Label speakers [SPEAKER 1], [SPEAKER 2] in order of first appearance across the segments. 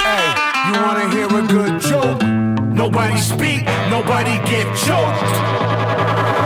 [SPEAKER 1] You wanna hear a good joke? Nobody speak, nobody get choked.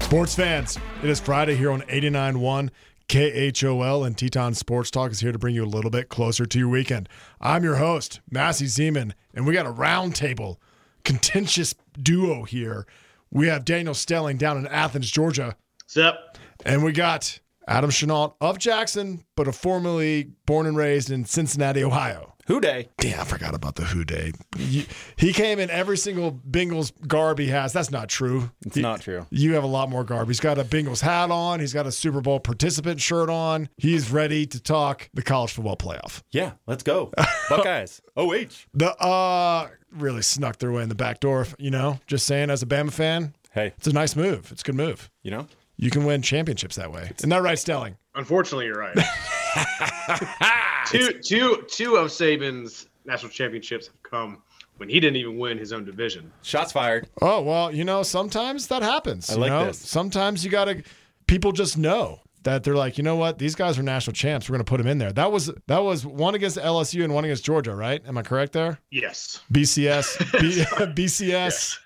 [SPEAKER 2] Sports fans, it is Friday here on 89.1 KHOL, and Teton Sports Talk is here to bring you a little bit closer to your weekend. I'm your host, Massey Zeman, and we got a roundtable, contentious duo here. We have Daniel Stelling down in Athens, Georgia,
[SPEAKER 3] Sup?
[SPEAKER 2] and we got Adam Chenault of Jackson, but a formerly born and raised in Cincinnati, Ohio.
[SPEAKER 4] Who day?
[SPEAKER 2] Damn, I forgot about the Who Day. You- He came in every single Bengals garb he has. That's not true.
[SPEAKER 4] It's not true.
[SPEAKER 2] You have a lot more garb. He's got a Bengals hat on. He's got a Super Bowl participant shirt on. He's ready to talk the college football playoff.
[SPEAKER 4] Yeah, let's go. Buckeyes. OH.
[SPEAKER 2] The uh really snuck their way in the back door. You know, just saying. As a Bama fan,
[SPEAKER 4] Hey,
[SPEAKER 2] it's a nice move. It's a good move.
[SPEAKER 4] you know?
[SPEAKER 2] You can win championships that way. Isn't that right, Stelling?
[SPEAKER 3] Unfortunately, you're right. two, two, two of Saban's national championships have come when he didn't even win his own division.
[SPEAKER 4] Shots fired.
[SPEAKER 2] Oh well, you know, sometimes that happens.
[SPEAKER 4] I
[SPEAKER 2] you
[SPEAKER 4] like
[SPEAKER 2] know?
[SPEAKER 4] this.
[SPEAKER 2] Sometimes you gotta. People just know that they're like, you know what? These guys are national champs. We're gonna put them in there. That was that was one against LSU and one against Georgia, right? Am I correct there?
[SPEAKER 3] Yes.
[SPEAKER 2] BCS, B, BCS.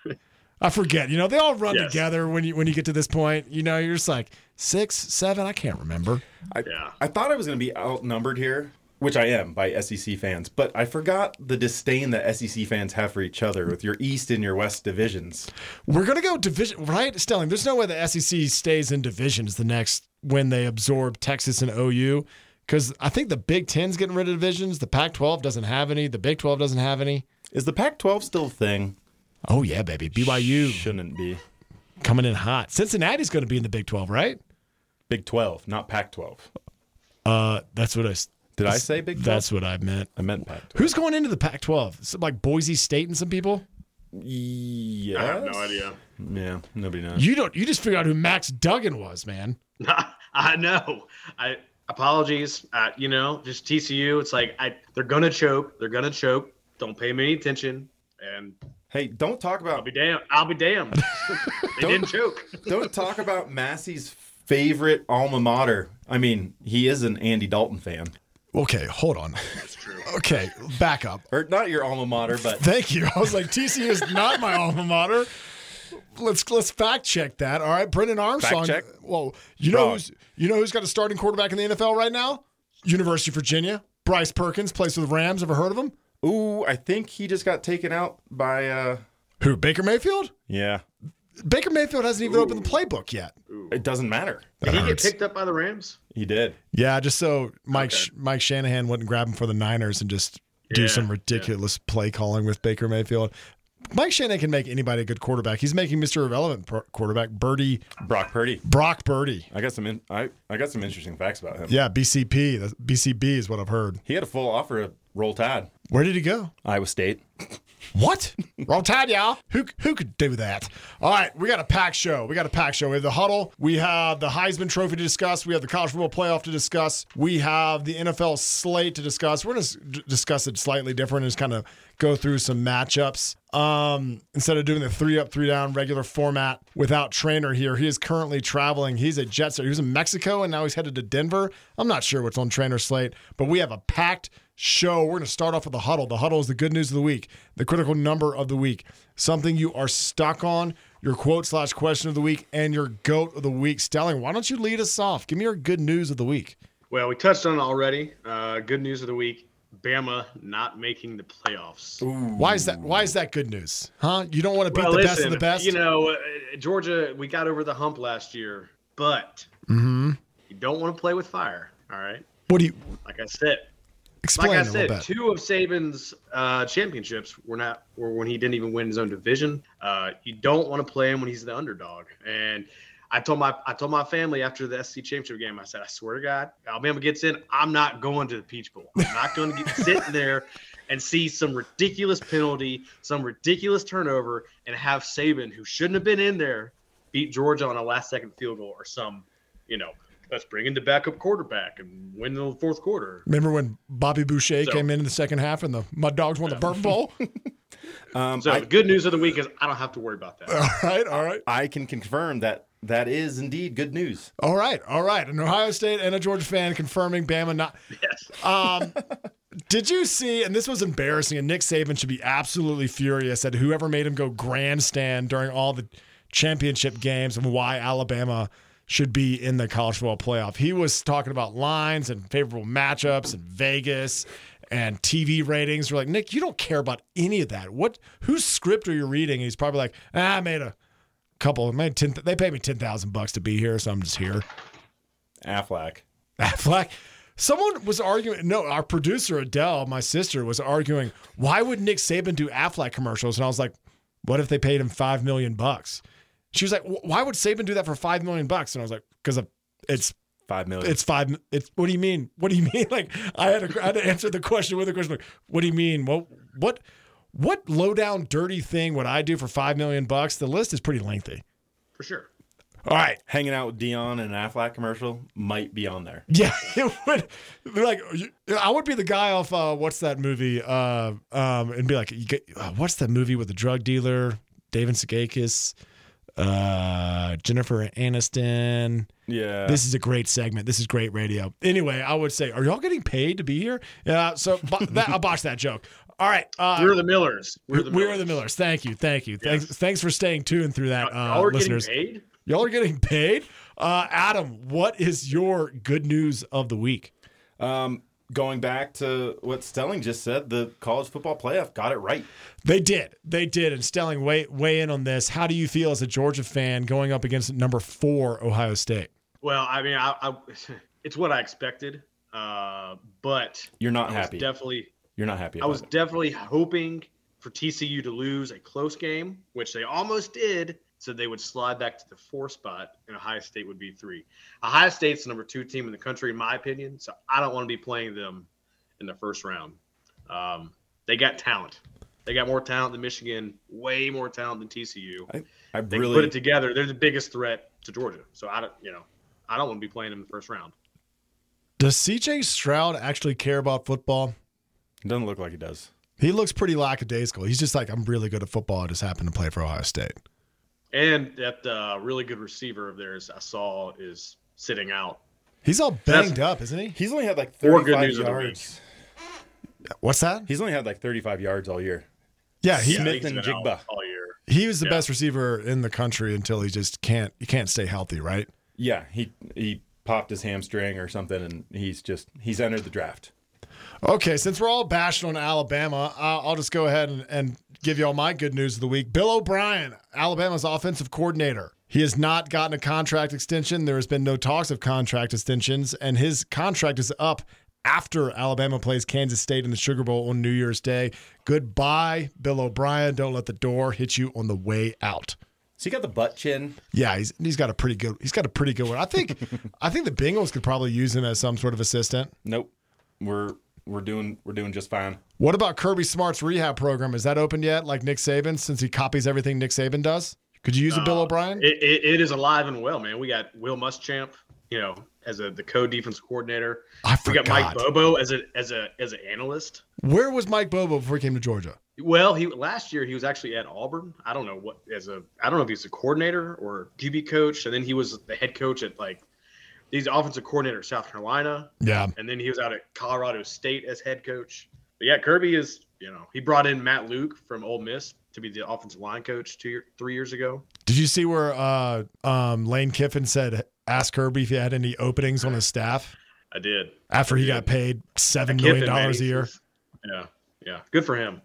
[SPEAKER 2] I forget. You know, they all run
[SPEAKER 3] Yes.
[SPEAKER 2] together when you when you get to this point. You know, you're just like six, seven. I can't remember.
[SPEAKER 4] I,
[SPEAKER 3] Yeah.
[SPEAKER 4] I thought I was going to be outnumbered here, which I am by SEC fans, but I forgot the disdain that SEC fans have for each other with your East and your West divisions.
[SPEAKER 2] We're gonna go division, right, Stelling? There's no way the SEC stays in divisions the next when they absorb Texas and OU, because I think the Big Ten's getting rid of divisions. The Pac-12 doesn't have any. The Big 12 doesn't have any.
[SPEAKER 4] Is the Pac 12 still a thing?
[SPEAKER 2] Oh yeah, baby. BYU
[SPEAKER 4] Shouldn't be.
[SPEAKER 2] coming in hot. Cincinnati's gonna be in the Big 12, right?
[SPEAKER 4] Big 12, not Pac 12.
[SPEAKER 2] Uh, that's what I. s-
[SPEAKER 4] Did I say Big 12?
[SPEAKER 2] That's what I meant.
[SPEAKER 4] I meant Pac 12.
[SPEAKER 2] Who's going into the Pac-12? Some, like Boise State and some people.
[SPEAKER 4] Yes.
[SPEAKER 3] I have no idea.
[SPEAKER 4] Yeah, nobody knows.
[SPEAKER 2] You don't. You just figured out who Max Duggan was, man.
[SPEAKER 3] I know. I apologies. Uh, you know, just TCU. It's like I they're gonna choke. They're gonna choke. Don't pay me any attention. And
[SPEAKER 4] Hey, don't talk
[SPEAKER 3] I'll
[SPEAKER 4] about
[SPEAKER 3] be damned. I'll be damned. they didn't choke.
[SPEAKER 4] Don't talk about Massey's favorite alma mater. I mean, he is an Andy Dalton fan.
[SPEAKER 2] Okay, hold on. That's true. Okay, back up.
[SPEAKER 4] Or not your alma mater, but
[SPEAKER 2] Thank you. I was like, TCU is not my alma mater. Let's let's fact check that. All right, Brendan Armstrong.
[SPEAKER 4] check?
[SPEAKER 2] Whoa, you know
[SPEAKER 4] Wrong.
[SPEAKER 2] who's you know who's got a starting quarterback in the NFL right now? University of Virginia. Bryce Perkins plays for the Rams. Ever heard of him?
[SPEAKER 4] ooh, I think he just got taken out by uh
[SPEAKER 2] Who? Baker Mayfield.
[SPEAKER 4] yeah.
[SPEAKER 2] Baker Mayfield hasn't even opened the playbook yet.
[SPEAKER 4] It doesn't matter.
[SPEAKER 3] Did he get
[SPEAKER 2] hurts.
[SPEAKER 3] picked up by the Rams?
[SPEAKER 4] He did.
[SPEAKER 2] Yeah, just so Mike Sh- Mike Shanahan wouldn't grab him for the Niners and just do
[SPEAKER 3] Yeah,
[SPEAKER 2] some
[SPEAKER 3] yeah.
[SPEAKER 2] ridiculous play calling with Baker Mayfield. Mike Shanahan can make anybody a good quarterback. He's making Mr. Irrelevant pro- quarterback Birdie
[SPEAKER 4] Brock Purdy.
[SPEAKER 2] Brock Birdie.
[SPEAKER 4] I got some in, I I got some interesting facts about him.
[SPEAKER 2] Yeah, BCP. That's- BCB is what I've heard.
[SPEAKER 4] He had a full offer of Roll Tide.
[SPEAKER 2] Where did he go?
[SPEAKER 4] Iowa State.
[SPEAKER 2] What? Roll Tide, y'all. Who who could do that? All right, we got a packed show. We got a packed show. We have the huddle. We have the Heisman Trophy to discuss. We have the college football playoff to discuss. We have the NFL slate to discuss. We're going to d- discuss it slightly different and just kind of go through some matchups. Um, instead of doing the three up, three down regular format without trainer here, he is currently traveling. He's a Jets. He was in Mexico and now he's headed to Denver. I'm not sure what's on trainer slate, but we have a packed show. We're going to start off with the huddle. The huddle is the good news of the week, the critical number of the week, something you are stuck on, your quote slash question of the week, and your goat of the week. Stelling, why don't you lead us off? Give me your good news of the week.
[SPEAKER 3] Well, we touched on it already. Uh, good news of the week: Bama not making the playoffs.
[SPEAKER 2] Why is that? Why is that good news? Huh? You don't want to beat the best of the best.
[SPEAKER 3] You know, uh, Georgia, we got over the hump last year, but
[SPEAKER 2] Mm-hmm.
[SPEAKER 3] you don't want to play with fire. All right,
[SPEAKER 2] what do you
[SPEAKER 3] like I said,
[SPEAKER 2] explain
[SPEAKER 3] like I
[SPEAKER 2] a little
[SPEAKER 3] said,
[SPEAKER 2] bit?
[SPEAKER 3] two of Saban's uh, championships were not were when he didn't even win his own division. Uh, you don't want to play him when he's the underdog. And I told my I told my family after the SC championship game, I said, I swear to God, Alabama gets in, I'm not going to the Peach Bowl. I'm not going to get sitting there and see some ridiculous penalty, some ridiculous turnover, and have Saban, who shouldn't have been in there, beat Georgia on a last second field goal or some, you know. Let's bring in the backup quarterback and win the fourth quarter.
[SPEAKER 2] Remember when Bobby Boucher
[SPEAKER 3] So-
[SPEAKER 2] came in in the second half and the Mud Dogs won the Burp Bowl?
[SPEAKER 4] Um,
[SPEAKER 3] So
[SPEAKER 4] I-
[SPEAKER 3] the good news of the week is I don't have to worry about that.
[SPEAKER 2] All right, all right.
[SPEAKER 4] I can confirm that that is indeed good news.
[SPEAKER 2] All right, all right. An Ohio State and a Georgia fan confirming Bama not.
[SPEAKER 3] Yes.
[SPEAKER 2] Um, did you see? And this was embarrassing. And Nick Saban should be absolutely furious at whoever made him go grandstand during all the championship games and why Alabama should be in the college football playoff. He was talking about lines and favorable matchups and Vegas and TV ratings. We're like, Nick, you don't care about any of that. What? Whose script are you reading? And he's probably like, ah, I made a couple. I made ten. They paid me ten thousand bucks to be here, so I'm just here.
[SPEAKER 4] Affleck.
[SPEAKER 2] Affleck. Someone was arguing. No, our producer Adele, my sister, was arguing. Why would Nick Saban do Affleck commercials? And I was like, what if they paid him five million bucks? She was like, "Wh- why would Saban do that for five million bucks? And I was like, because it's
[SPEAKER 4] Five million.
[SPEAKER 2] it's five. It's what do you mean? What do you mean? Like I had to, I had to answer the question with a question. Like, what do you mean? What what what low down dirty thing would I do for five million bucks? The list is pretty lengthy.
[SPEAKER 3] For sure.
[SPEAKER 2] All right,
[SPEAKER 4] Hanging out with Dion in an Affleck commercial might be on there.
[SPEAKER 2] Yeah, it would. They're like, you- I would be the guy off. Uh, what's that movie? Uh, um, and be like, you get, uh, what's that movie with the drug dealer, David Segakis, uh, Jennifer Aniston?
[SPEAKER 4] Yeah.
[SPEAKER 2] This is a great segment. This is great radio. Anyway, I would say, are y'all getting paid to be here? Yeah. So bo- that, I botched that joke. All right. Uh,
[SPEAKER 3] We're the Millers. We're the Millers.
[SPEAKER 2] we're the Millers. Thank you. Thank you. Thanks.
[SPEAKER 3] Yes.
[SPEAKER 2] Thanks for staying tuned through that, uh,
[SPEAKER 3] Y'all are
[SPEAKER 2] listeners.
[SPEAKER 3] getting paid?
[SPEAKER 2] Y'all are getting paid. Uh, Adam, what is your good news of the week?
[SPEAKER 4] Um, going back to what Stelling just said, the college football playoff got it right.
[SPEAKER 2] They did. They did. And Stelling, weigh, weigh in on this. How do you feel as a Georgia fan going up against number four Ohio State?
[SPEAKER 3] Well, I mean, I, I it's what I expected. Uh, but
[SPEAKER 4] You're not
[SPEAKER 3] I
[SPEAKER 4] happy.
[SPEAKER 3] was definitely
[SPEAKER 4] You're not happy.
[SPEAKER 3] I
[SPEAKER 4] About
[SPEAKER 3] was
[SPEAKER 4] it.
[SPEAKER 3] definitely hoping for TCU to lose a close game, which they almost did, so they would slide back to the four spot, and Ohio State would be three. Ohio State's the number two team in the country, in my opinion, so I don't want to be playing them in the first round. Um, they got talent. They got more talent than Michigan, way more talent than TCU.
[SPEAKER 4] I
[SPEAKER 3] They
[SPEAKER 4] really
[SPEAKER 3] put it together. They're the biggest threat to Georgia. So I don't, you know, I don't want to be playing them in the first round.
[SPEAKER 2] Does CJ Stroud actually care about football?
[SPEAKER 4] it doesn't look like it does.
[SPEAKER 2] He looks pretty lackadaisical. He's just like, I'm really good at football. I just happen to play for Ohio State.
[SPEAKER 3] And that uh, really good receiver of theirs I saw is sitting out.
[SPEAKER 2] He's all
[SPEAKER 3] That's-
[SPEAKER 2] banged up, isn't he?
[SPEAKER 4] He's only had like
[SPEAKER 3] Or
[SPEAKER 4] 35
[SPEAKER 3] good news of the
[SPEAKER 4] yards.
[SPEAKER 2] What's that?
[SPEAKER 4] He's only had like 35 yards all year.
[SPEAKER 2] Yeah, he
[SPEAKER 4] Yeah. Smith
[SPEAKER 3] I think he's
[SPEAKER 4] and
[SPEAKER 3] been
[SPEAKER 4] Jigba.
[SPEAKER 3] out all year.
[SPEAKER 2] he was the
[SPEAKER 3] Yeah.
[SPEAKER 2] best receiver in the country until he just can't he can't stay healthy, right?
[SPEAKER 4] Yeah, he he popped his hamstring or something, and he's just he's entered the draft.
[SPEAKER 2] Okay, since we're all bashing on Alabama, I- I'll just go ahead and, and give you all my good news of the week. Bill O'Brien, Alabama's offensive coordinator. He has not gotten a contract extension. There has been no talks of contract extensions, and his contract is up after Alabama plays Kansas State in the Sugar Bowl on New Year's Day. Goodbye, Bill O'Brien. Don't let the door hit you on the way out.
[SPEAKER 4] So he got the butt chin.
[SPEAKER 2] Yeah, he's he's got a pretty good he's got a pretty good one. I think I think the Bengals could probably use him as some sort of assistant.
[SPEAKER 4] Nope, we're we're doing we're doing just fine.
[SPEAKER 2] What about Kirby Smart's rehab program? Is that open yet? Like Nick Saban, since he copies everything Nick Saban does, could you use a Bill
[SPEAKER 3] Uh,
[SPEAKER 2] O'Brien?
[SPEAKER 3] It, it, it is alive and well, man. We got Will Muschamp, you know, as a the co-defense coordinator.
[SPEAKER 2] I
[SPEAKER 3] We got Mike
[SPEAKER 2] forgot.
[SPEAKER 3] Bobo as a as a as an analyst.
[SPEAKER 2] Where was Mike Bobo before he came to Georgia?
[SPEAKER 3] Well, he last year he was actually at Auburn. I don't know what as a I don't know if he's a coordinator or QB coach, and then he was the head coach at like these offensive coordinator at South Carolina,
[SPEAKER 2] Yeah,
[SPEAKER 3] and then he was out at Colorado State as head coach. But yeah, Kirby is you know he brought in Matt Luke from Ole Miss to be the offensive line coach two year, three years ago.
[SPEAKER 2] did you see where uh, um, Lane Kiffin said ask Kirby if he had any openings on his staff
[SPEAKER 3] I did.
[SPEAKER 2] after he got paid seven
[SPEAKER 3] Kiffin,
[SPEAKER 2] million
[SPEAKER 3] man,
[SPEAKER 2] dollars a
[SPEAKER 3] he's-
[SPEAKER 2] year?
[SPEAKER 3] Yeah, yeah. Good for him.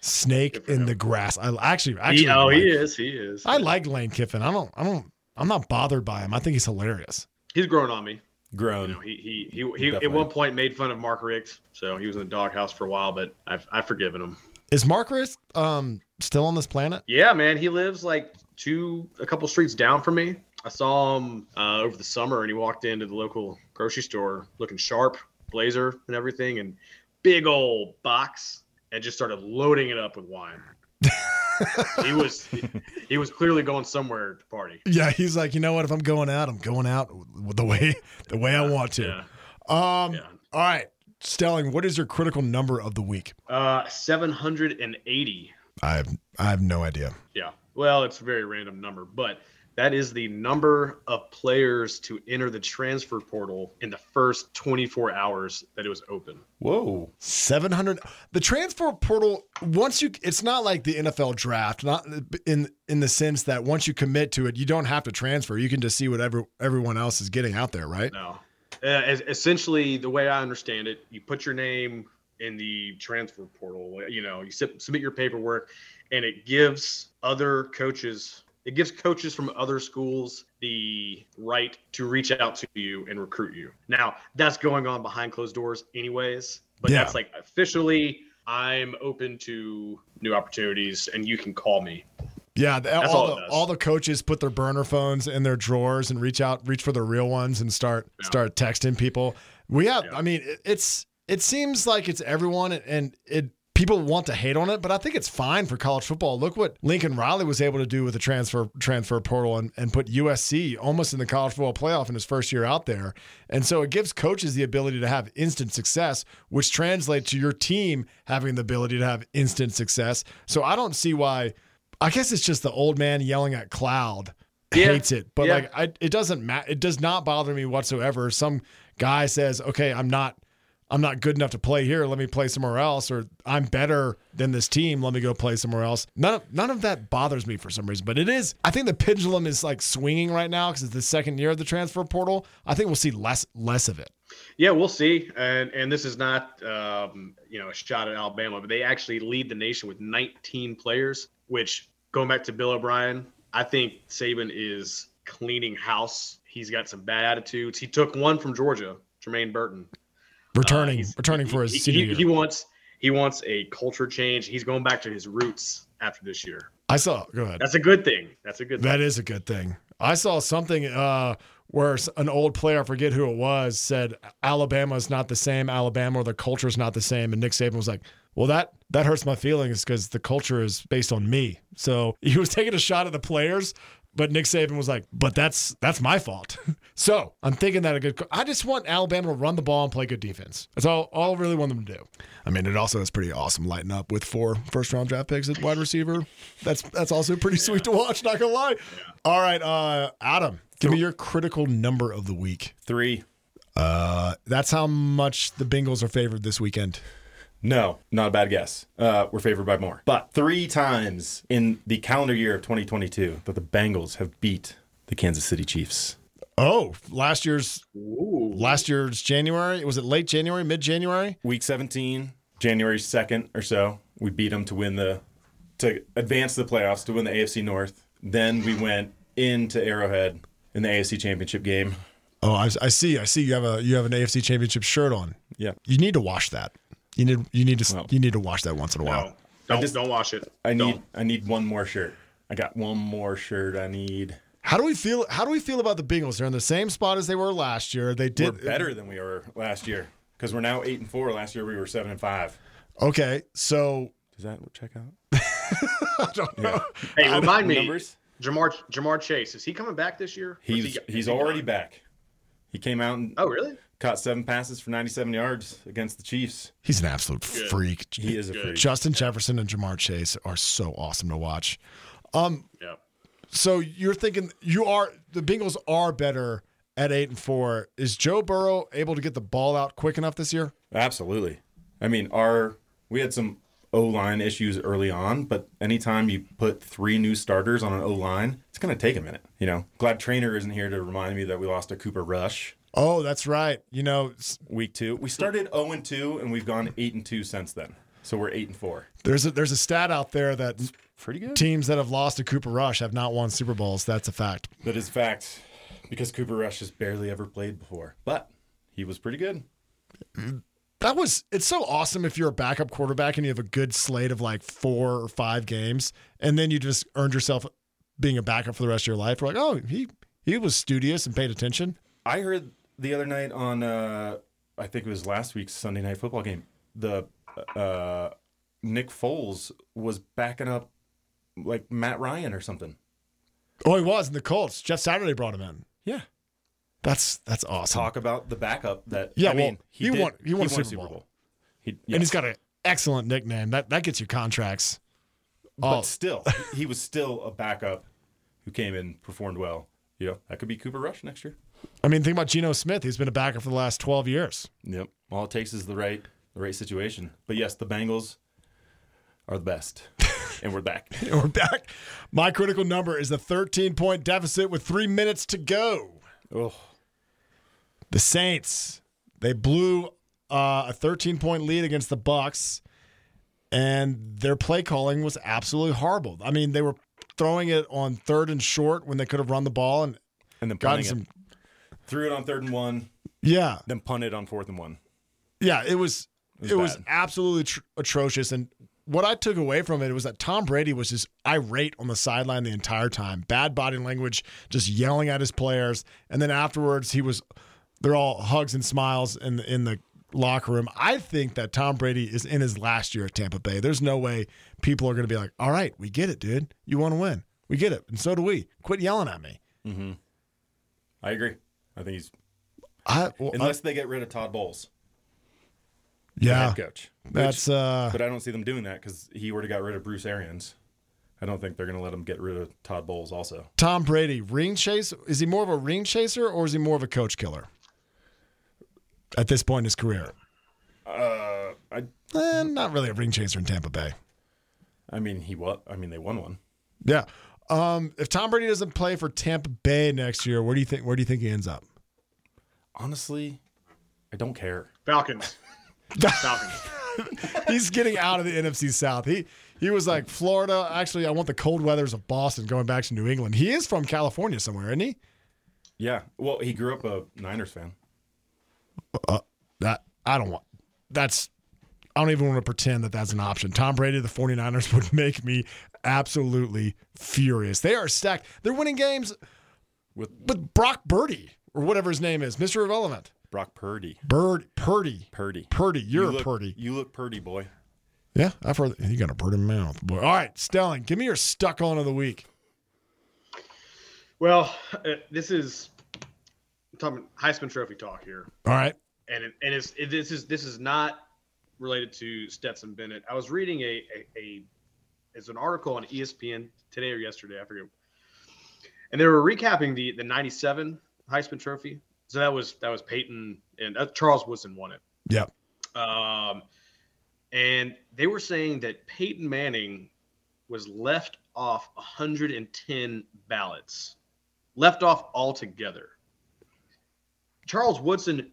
[SPEAKER 2] Snake
[SPEAKER 3] Good for
[SPEAKER 2] in
[SPEAKER 3] him.
[SPEAKER 2] the grass. I actually, actually,
[SPEAKER 3] He, oh,
[SPEAKER 2] like-
[SPEAKER 3] he is. He is.
[SPEAKER 2] I like Lane Kiffin. I don't, I don't, I'm not bothered by him. I think he's hilarious.
[SPEAKER 3] He's grown on me. You know,
[SPEAKER 4] Grown.
[SPEAKER 3] he he he, he at
[SPEAKER 4] Definitely.
[SPEAKER 3] one point made fun of Mark Richt, so he was in the doghouse for a while, but I've I've forgiven him.
[SPEAKER 2] Is Mark Riss, um still on this planet?
[SPEAKER 3] Yeah, man. He lives like two a couple streets down from me. I saw him uh, over the summer, and he walked into the local grocery store looking sharp, blazer and everything, and big old box, and just started loading it up with wine. he was he was clearly going somewhere to party.
[SPEAKER 2] Yeah, he's like, you know what? If I'm going out, I'm going out the way the way I want to.
[SPEAKER 3] Yeah,
[SPEAKER 2] Um,
[SPEAKER 3] yeah.
[SPEAKER 2] all right. Stelling, what is your critical number of the week?
[SPEAKER 3] Uh, 780.
[SPEAKER 2] I have I have no idea.
[SPEAKER 3] Yeah. Well, it's a very random number, but that is the number of players to enter the transfer portal in the first 24 hours that it was open.
[SPEAKER 4] Whoa.
[SPEAKER 2] 700 the transfer portal once you it's not like the NFL draft not in in the sense that once you commit to it you don't have to transfer you can just see what every, everyone else is getting out there right
[SPEAKER 3] No. Uh, es- essentially, the way I understand it, you put your name in the transfer portal. You know, you sub- submit your paperwork, and it gives other coaches, it gives coaches from other schools the right to reach out to you and recruit you. Now, that's going on behind closed doors, anyways. But
[SPEAKER 2] Yeah.
[SPEAKER 3] that's like officially, I'm open to new opportunities, and you can call me.
[SPEAKER 2] yeah the- all,
[SPEAKER 3] all it
[SPEAKER 2] the,
[SPEAKER 3] does.
[SPEAKER 2] all the coaches put their burner phones in their drawers and reach out reach for the real ones and start
[SPEAKER 3] Yeah.
[SPEAKER 2] start texting people we have
[SPEAKER 3] Yeah.
[SPEAKER 2] I mean it, it's it seems like it's everyone and, and it people want to hate on it but I think it's fine for college football look what Lincoln Riley was able to do with the transfer transfer portal and, and put USC almost in the college football playoff in his first year out there And so it gives coaches the ability to have instant success, which translates to your team having the ability to have instant success. So I don't see why. I guess it's just the old man yelling at cloud
[SPEAKER 3] Yeah.
[SPEAKER 2] hates it, but
[SPEAKER 3] Yeah.
[SPEAKER 2] like I, it doesn't matter. It does not bother me whatsoever. Some guy says, "Okay, I'm not." I'm not good enough to play here. Let me play somewhere else, or I'm better than this team. Let me go play somewhere else. None of none of that bothers me for some reason, but it is. I think the pendulum is like swinging right now because it's the second year of the transfer portal. I think we'll see less less of it.
[SPEAKER 3] Yeah, we'll see. And and this is not um, you know a shot at Alabama, but they actually lead the nation with 19 players. Which going back to Bill O'Brien, I think Saban is cleaning house. He's got some bad attitudes. He took one from Georgia, Jermaine Burton,
[SPEAKER 2] Returning
[SPEAKER 3] he's-
[SPEAKER 2] returning for his
[SPEAKER 3] He,
[SPEAKER 2] senior
[SPEAKER 3] he,
[SPEAKER 2] year.
[SPEAKER 3] he wants he wants a culture change. He's going back to his roots after this year.
[SPEAKER 2] I saw. Go ahead.
[SPEAKER 3] That's a good thing. That's a good thing.
[SPEAKER 2] That is a good thing. I saw something uh, where s- an old player, I forget who it was, said Alabama is not the same. Alabama or the culture is not the same. And Nick Saban was like, "Well, that that hurts my feelings because the culture is based on me." So he was taking a shot at the players, but Nick Saban was like, "But that's that's my fault." so I'm thinking that a good. co- I just want Alabama to run the ball and play good defense. That's all. All I really want them to do. I mean, it also is pretty awesome lighting up with four first round draft picks at wide receiver. That's that's also pretty sweet to watch, not gonna lie. All right, uh Adam, give me your critical number of the week.
[SPEAKER 4] Three.
[SPEAKER 2] Uh that's how much the Bengals are favored this weekend.
[SPEAKER 4] No, not a bad guess. Uh, we're favored by more. But three times in the calendar year of 2022 that the Bengals have beat the Kansas City Chiefs.
[SPEAKER 2] Oh, last year's
[SPEAKER 3] Ooh.
[SPEAKER 2] last year's January, was it late January, mid January?
[SPEAKER 4] Week 17, January 2nd or so, we beat them to win the to advance the playoffs to win the AFC North. Then we went into Arrowhead in the AFC Championship game.
[SPEAKER 2] Oh, I, I see. I see you have a you have an AFC championship shirt on.
[SPEAKER 4] Yeah.
[SPEAKER 2] You need to wash that. You need you need to
[SPEAKER 4] Well.
[SPEAKER 2] you need to wash that once in a while.
[SPEAKER 3] No, don't,
[SPEAKER 4] just-
[SPEAKER 3] don't wash it.
[SPEAKER 4] I
[SPEAKER 3] Don't.
[SPEAKER 4] need I need one more shirt. I got one more shirt I need.
[SPEAKER 2] How do we feel? How do we feel about the Bengals? They're in the same spot as they were last year. They
[SPEAKER 4] We're
[SPEAKER 2] did
[SPEAKER 4] better than we were last year because we're now 8 and 4. Last year we were 7 and 5.
[SPEAKER 2] Okay, so
[SPEAKER 4] Does that check out?
[SPEAKER 2] I don't know.
[SPEAKER 3] Hey, remind me,
[SPEAKER 4] Numbers?
[SPEAKER 3] Jamar Jamar Chase is he coming back this year? Or is
[SPEAKER 4] He's
[SPEAKER 3] he- is
[SPEAKER 4] he's
[SPEAKER 3] he
[SPEAKER 4] already
[SPEAKER 3] gone?
[SPEAKER 4] back. He came out and
[SPEAKER 3] Oh, really?
[SPEAKER 4] caught seven passes for 97 yards against the Chiefs.
[SPEAKER 2] He's an absolute
[SPEAKER 3] Good.
[SPEAKER 2] freak.
[SPEAKER 4] He is a
[SPEAKER 3] Good.
[SPEAKER 4] freak.
[SPEAKER 2] Justin Jefferson and Jamar Chase are so awesome to watch.
[SPEAKER 3] Yeah.
[SPEAKER 2] So you're thinking you are the Bengals are better at eight and four. Is Joe Burrow able to get the ball out quick enough this year?
[SPEAKER 4] Absolutely. I mean, our we had some O line issues early on, but anytime you put three new starters on an O line, it's going to take a minute. You know, glad Trainer isn't here to remind me that we lost a Cooper Rush
[SPEAKER 2] Oh, that's right. You know, s-
[SPEAKER 4] week two. We started 0 and 2, and we've gone 8 and 2 since then. So we're 8 and 4.
[SPEAKER 2] there's a there's a stat out there that
[SPEAKER 4] Pretty good.
[SPEAKER 2] teams that have lost to Cooper Rush have not won Super Bowls. That's a fact.
[SPEAKER 4] That is fact because Cooper Rush has barely ever played before, but he was pretty good.
[SPEAKER 2] That was it's so awesome if you're a backup quarterback and you have a good slate of like four or five games, and then you just earned yourself being a backup for the rest of your life. We're like, oh, he he was studious and paid attention.
[SPEAKER 4] I heard the other night on uh I think it was last week's Sunday night football game. The uh Nick Foles was backing up like Matt Ryan or something.
[SPEAKER 2] Oh, he was in the Colts. Jeff Saturday brought him in.
[SPEAKER 4] Yeah.
[SPEAKER 2] That's that's awesome.
[SPEAKER 4] Talk about the backup that
[SPEAKER 2] Yeah,
[SPEAKER 4] I
[SPEAKER 2] well,
[SPEAKER 4] mean, he,
[SPEAKER 2] he
[SPEAKER 4] did-
[SPEAKER 2] won- he won a Super Bowl.
[SPEAKER 4] He,
[SPEAKER 2] And he's got an excellent nickname. That that gets you contracts.
[SPEAKER 4] but
[SPEAKER 2] Oh.
[SPEAKER 4] still, he was still a backup who came in performed well. You know, that could be Cooper Rush next year.
[SPEAKER 2] I mean, think about Geno Smith. He's been a backer for the last 12 years.
[SPEAKER 4] Yep. All it takes is the right the right situation. But yes, the Bengals are the best. and we're back.
[SPEAKER 2] We're back. My critical number is the 13 point deficit with three minutes to go.
[SPEAKER 4] Oh.
[SPEAKER 2] The Saints they blew uh, a 13 point lead against the Bucks, and their play calling was absolutely horrible. I mean, they were throwing it on third and short when they could have run the ball and
[SPEAKER 4] And then
[SPEAKER 2] gotten
[SPEAKER 4] punting
[SPEAKER 2] some.
[SPEAKER 4] it. Threw it on third and one,
[SPEAKER 2] Yeah,
[SPEAKER 4] then punted on fourth and one.
[SPEAKER 2] yeah. It was it was,
[SPEAKER 4] was bad.
[SPEAKER 2] absolutely tr- atrocious. And what I took away from it was that Tom Brady was just irate on the sideline the entire time. Bad body language, just yelling at his players, and then afterwards he was. They're all hugs and smiles in the, in the locker room. I think that Tom Brady is in his last year at Tampa Bay. There's no way people are going to be like, "All right, we get it, dude. You want to win. We get it, and so do we. Quit yelling at me."
[SPEAKER 4] I agree. I think he's
[SPEAKER 2] I, well, I-
[SPEAKER 4] unless they get rid of Todd Bowles, the
[SPEAKER 2] yeah,
[SPEAKER 4] head coach.
[SPEAKER 2] that's uh,
[SPEAKER 4] But I don't see them doing that because he would have got rid of Bruce Arians. I don't think they're going to let him get rid of Todd Bowles. Also,
[SPEAKER 2] Tom Brady, ring chase? Is he more of a ring chaser or is he more of a coach killer at this point in his career?
[SPEAKER 4] Uh, I,
[SPEAKER 2] Eh, not really a ring chaser in Tampa Bay.
[SPEAKER 4] I mean, he what? I mean, they won one.
[SPEAKER 2] Yeah. Um, if Tom Brady doesn't play for Tampa Bay next year, where do you think where do you think he ends up?
[SPEAKER 4] Honestly, I don't care.
[SPEAKER 3] Falcons. Falcons.
[SPEAKER 2] He's getting out of the NFC South. He he was like Florida. Actually, I want the cold weathers of Boston going back to New England. He is from California somewhere, isn't he?
[SPEAKER 4] Yeah. Well, he grew up a Niners fan.
[SPEAKER 2] That I don't want. That's I don't even want to pretend that that's an option. Tom Brady, the 49ers would make me absolutely furious. They are stacked. They're winning games with with Brock Birdie or whatever his name is, Mr. Irrelevant.
[SPEAKER 4] Brock Purdy.
[SPEAKER 2] Bird Purdy.
[SPEAKER 4] Purdy.
[SPEAKER 2] Purdy, you're
[SPEAKER 4] You
[SPEAKER 2] a
[SPEAKER 4] look,
[SPEAKER 2] Purdy.
[SPEAKER 4] You look Purdy, boy.
[SPEAKER 2] Yeah, I've heard you got a Purdy mouth, boy. All right, Stelling, give me your stuck on of the week.
[SPEAKER 3] Well, uh, this is I'm talking Heisman Trophy talk here,
[SPEAKER 2] All right.
[SPEAKER 3] and it, and it's it, this is this is not related to Stetson Bennett. I was reading a a, a it's an article on E ESPN today or yesterday, I forget, and they were recapping the the '97 Heisman Trophy. So that was that was Peyton and uh, Charles Woodson won it.
[SPEAKER 2] Yep.
[SPEAKER 3] Um, and they were saying that Peyton Manning was left off 110 ballots, left off altogether. Charles Woodson,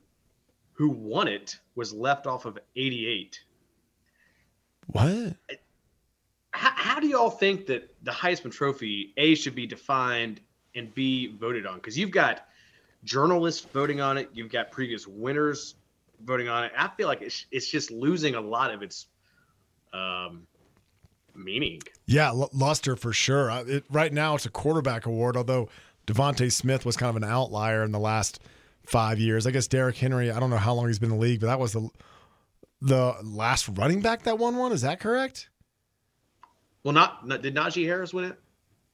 [SPEAKER 3] who won it, was left off of 88.
[SPEAKER 2] What?
[SPEAKER 3] How, how do y'all think that the Heisman Trophy A should be defined and B voted on? Because you've got journalists voting on it, you've got previous winners voting on it. I feel like it's it's just losing a lot of its um, meaning.
[SPEAKER 2] Yeah, l- luster for sure. Uh, It, right now, it's a quarterback award, although Devontae Smith was kind of an outlier in the last five years. I guess Derrick Henry, I don't know how long he's been in the league, but that was the the last running back that won one. Is that correct?
[SPEAKER 3] Well, not, not did Najee Harris win it?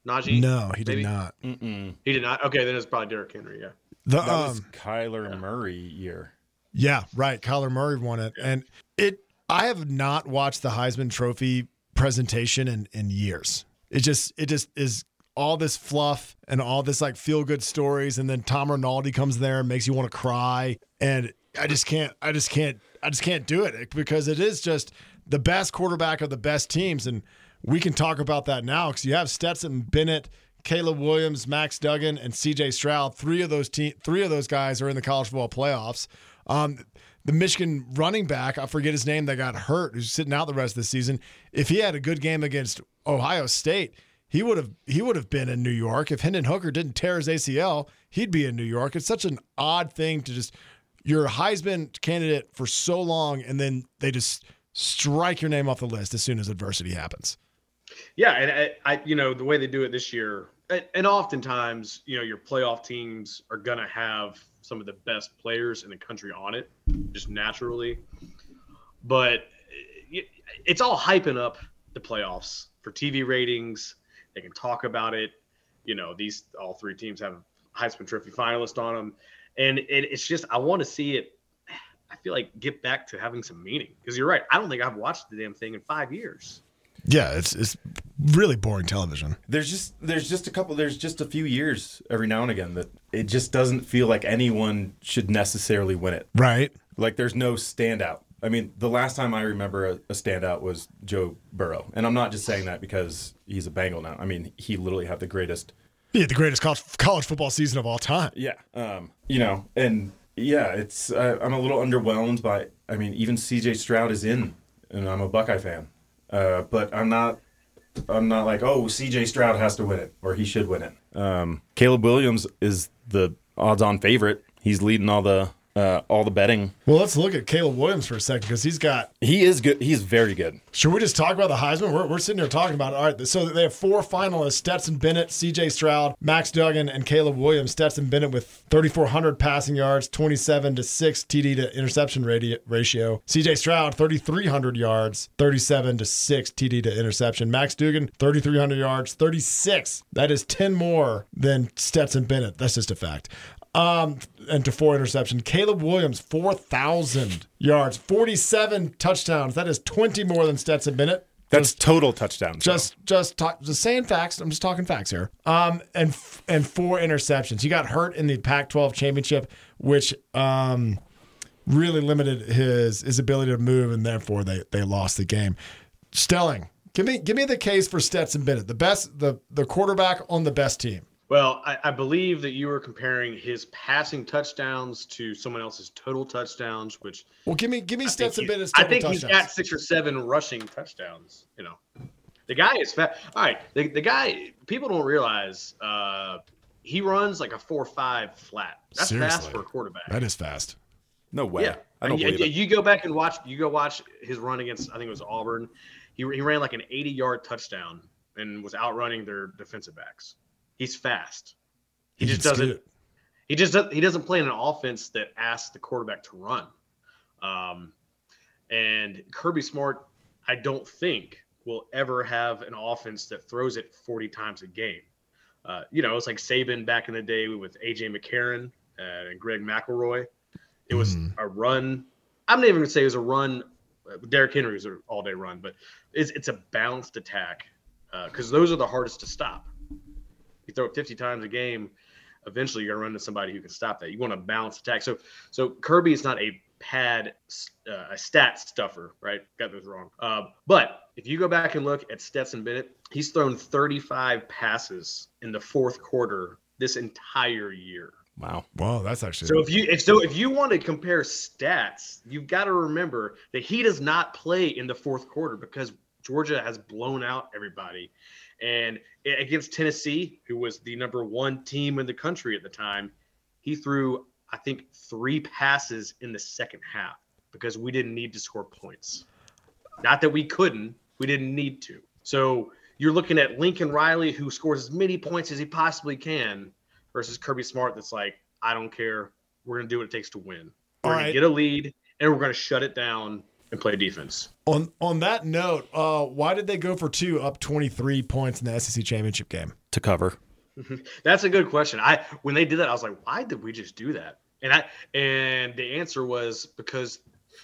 [SPEAKER 3] Najee?
[SPEAKER 2] No, he did
[SPEAKER 3] Maybe.
[SPEAKER 2] not.
[SPEAKER 3] He did not. Okay, then it's probably Derrick Henry. Yeah.
[SPEAKER 2] The,
[SPEAKER 4] That was
[SPEAKER 2] um,
[SPEAKER 4] Kyler Murray year.
[SPEAKER 2] Yeah, right. Kyler Murray won it. And it I have not watched the Heisman Trophy presentation in, in years. It just it just is all this fluff and all this like feel good stories and then Tom Rinaldi comes there and makes you want to cry and I just can't I just can't I just can't do it because it is just the best quarterback of the best teams and we can talk about that now cuz you have Stetson Bennett Caleb Williams, Max Duggan, and C.J. Stroud. Three of those te- three of those guys are in the college football playoffs. Um, the Michigan running back, I forget his name, that got hurt, who's sitting out the rest of the season. If he had a good game against Ohio State, he would have he would have been in New York. If Hendon Hooker didn't tear his ACL, he'd be in New York. It's such an odd thing to just you're a Heisman candidate for so long, and then they just strike your name off the list as soon as adversity happens.
[SPEAKER 3] Yeah, and uh, I, I, you know, the way they do it this year, and, and oftentimes, you know, your playoff teams are gonna have some of the best players in the country on it, just naturally. But it, it's all hyping up the playoffs for TV ratings. They can talk about it. You know, these all three teams have Heisman Trophy finalists on them, and it, it's just I want to see it. I feel like get back to having some meaning because you're right. I don't think I've watched the damn thing in five years.
[SPEAKER 2] Yeah, it's it's really boring television.
[SPEAKER 4] there's just there's just a couple there's just a few years every now and again that it just doesn't feel like anyone should necessarily win it.
[SPEAKER 2] Right.
[SPEAKER 4] Like there's no standout. I mean, the last time I remember a, a standout was Joe Burrow, and I'm not just saying that because he's a Bengal now. I mean, he literally had the greatest.
[SPEAKER 2] Yeah, the greatest college, college football season of all time.
[SPEAKER 4] Yeah. Um. You know, and yeah, it's I, I'm a little underwhelmed by. I mean, even C.J. Stroud is in, and I'm a Buckeye fan, uh, but I'm not. I'm not like, oh, C.J. Stroud has to win it or he should win it. Um, Caleb Williams is the odds-on favorite. He's leading all the uh, all the betting.
[SPEAKER 2] Well, let's look at Caleb Williams for a second because he's got.
[SPEAKER 4] He is good. He's very good.
[SPEAKER 2] Should we just talk about the Heisman? We're, we're sitting here talking about it. All right, so they have four finalists: Stetson Bennett, C.J. Stroud, Max Duggan, and Caleb Williams. Stetson Bennett with 3,400 passing yards, 27 to six TD to interception radi- ratio. C.J. Stroud 3,300 yards, 37 to six TD to interception. Max Duggan 3,300 yards, 36. That is 10 more than Stetson Bennett. That's just a fact. Um, and to four interception. Caleb Williams, 4,000 yards, 47 touchdowns. That is 20 more than Stetson Bennett.
[SPEAKER 4] That's total touchdowns. though.
[SPEAKER 2] Just, just, talk, just saying facts. I'm just talking facts here. Um, and f- and four interceptions. He got hurt in the Pac-12 championship, which um, really limited his his ability to move, and therefore they they lost the game. Stelling, give me give me the case for Stetson Bennett, the best, the the quarterback on the best team.
[SPEAKER 3] Well, I, I believe that you were comparing his passing touchdowns to someone else's total touchdowns, which
[SPEAKER 2] Well, give me give me
[SPEAKER 3] I think
[SPEAKER 2] Stetson
[SPEAKER 3] he's-
[SPEAKER 2] Bennett's
[SPEAKER 3] I
[SPEAKER 2] total
[SPEAKER 3] think
[SPEAKER 2] touchdowns.
[SPEAKER 3] he's got six or seven rushing touchdowns. You know, the guy is fat. All right, the, the guy people don't realize uh, he runs like a four-five flat. That's fast
[SPEAKER 2] Seriously.
[SPEAKER 3] for a quarterback.
[SPEAKER 2] that is fast.
[SPEAKER 4] no way.
[SPEAKER 3] yeah,
[SPEAKER 4] I don't
[SPEAKER 3] you,
[SPEAKER 4] believe it.
[SPEAKER 3] you go back and watch. You go watch his run against. I think it was Auburn. He he ran like an eighty-yard touchdown and was outrunning their defensive backs. He's fast. He just
[SPEAKER 2] can
[SPEAKER 3] doesn't.
[SPEAKER 2] scoot.
[SPEAKER 3] He just doesn't, he doesn't play in an offense that asks the quarterback to run. Um, and Kirby Smart, I don't think will ever have an offense that throws it 40 times a game. Uh, you know, it's like Saban back in the day with AJ McCarron uh, and Greg McElroy. It was a run. I'm not even gonna say it was a run. Derrick Henry was an all-day run, but it's it's a balanced attack because those are the hardest to stop. You throw it 50 times a game, eventually you're gonna run into somebody who can stop that. You want a balanced attack. So so Kirby is not a pad uh, a stat stuffer, right? Got those wrong. Uh, but if you go back and look at Stetson Bennett, he's thrown 35 passes in the fourth quarter this entire year.
[SPEAKER 4] wow.
[SPEAKER 2] Wow, that's actually
[SPEAKER 3] So if you if so if you want to compare stats, you've got to remember that he does not play in the fourth quarter because Georgia has blown out everybody. And a- against Tennessee, who was the number one team in the country at the time, he threw I think three passes in the second half because we didn't need to score points. Not that we couldn't, we didn't need to. So you're looking at Lincoln Riley, who scores as many points as he possibly can, versus Kirby Smart, that's like, I don't care. We're going to do what it takes to win. We're
[SPEAKER 2] All
[SPEAKER 3] going
[SPEAKER 2] right.
[SPEAKER 3] to get a lead, and we're going to shut it down and play defense.
[SPEAKER 2] On on that note, uh, why did they go for two up twenty three points in the SEC championship game?
[SPEAKER 4] To cover.
[SPEAKER 3] That's a good question. I when they did that, I was like, why did we just do that? And I and the answer was because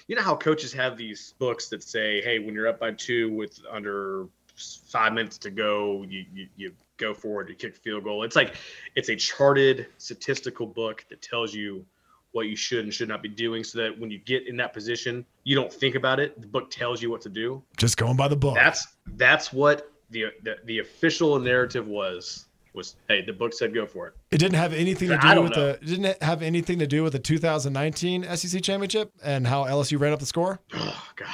[SPEAKER 3] you know how coaches have these books that say, hey, when you're up by two with under s- five minutes to go, you you, you go forward, you kick field goal. It's like it's a charted statistical book that tells you what you should and should not be doing so that when you get in that position, you don't think about it. The book tells you what to do.
[SPEAKER 2] Just going by the book.
[SPEAKER 3] That's that's what the the, the official narrative was was hey the book said go for it.
[SPEAKER 2] it didn't have anything to do
[SPEAKER 3] I don't
[SPEAKER 2] with
[SPEAKER 3] know.
[SPEAKER 2] the it didn't have anything to do with the 2019 SEC E championship and how LSU ran up the score.
[SPEAKER 3] Oh God,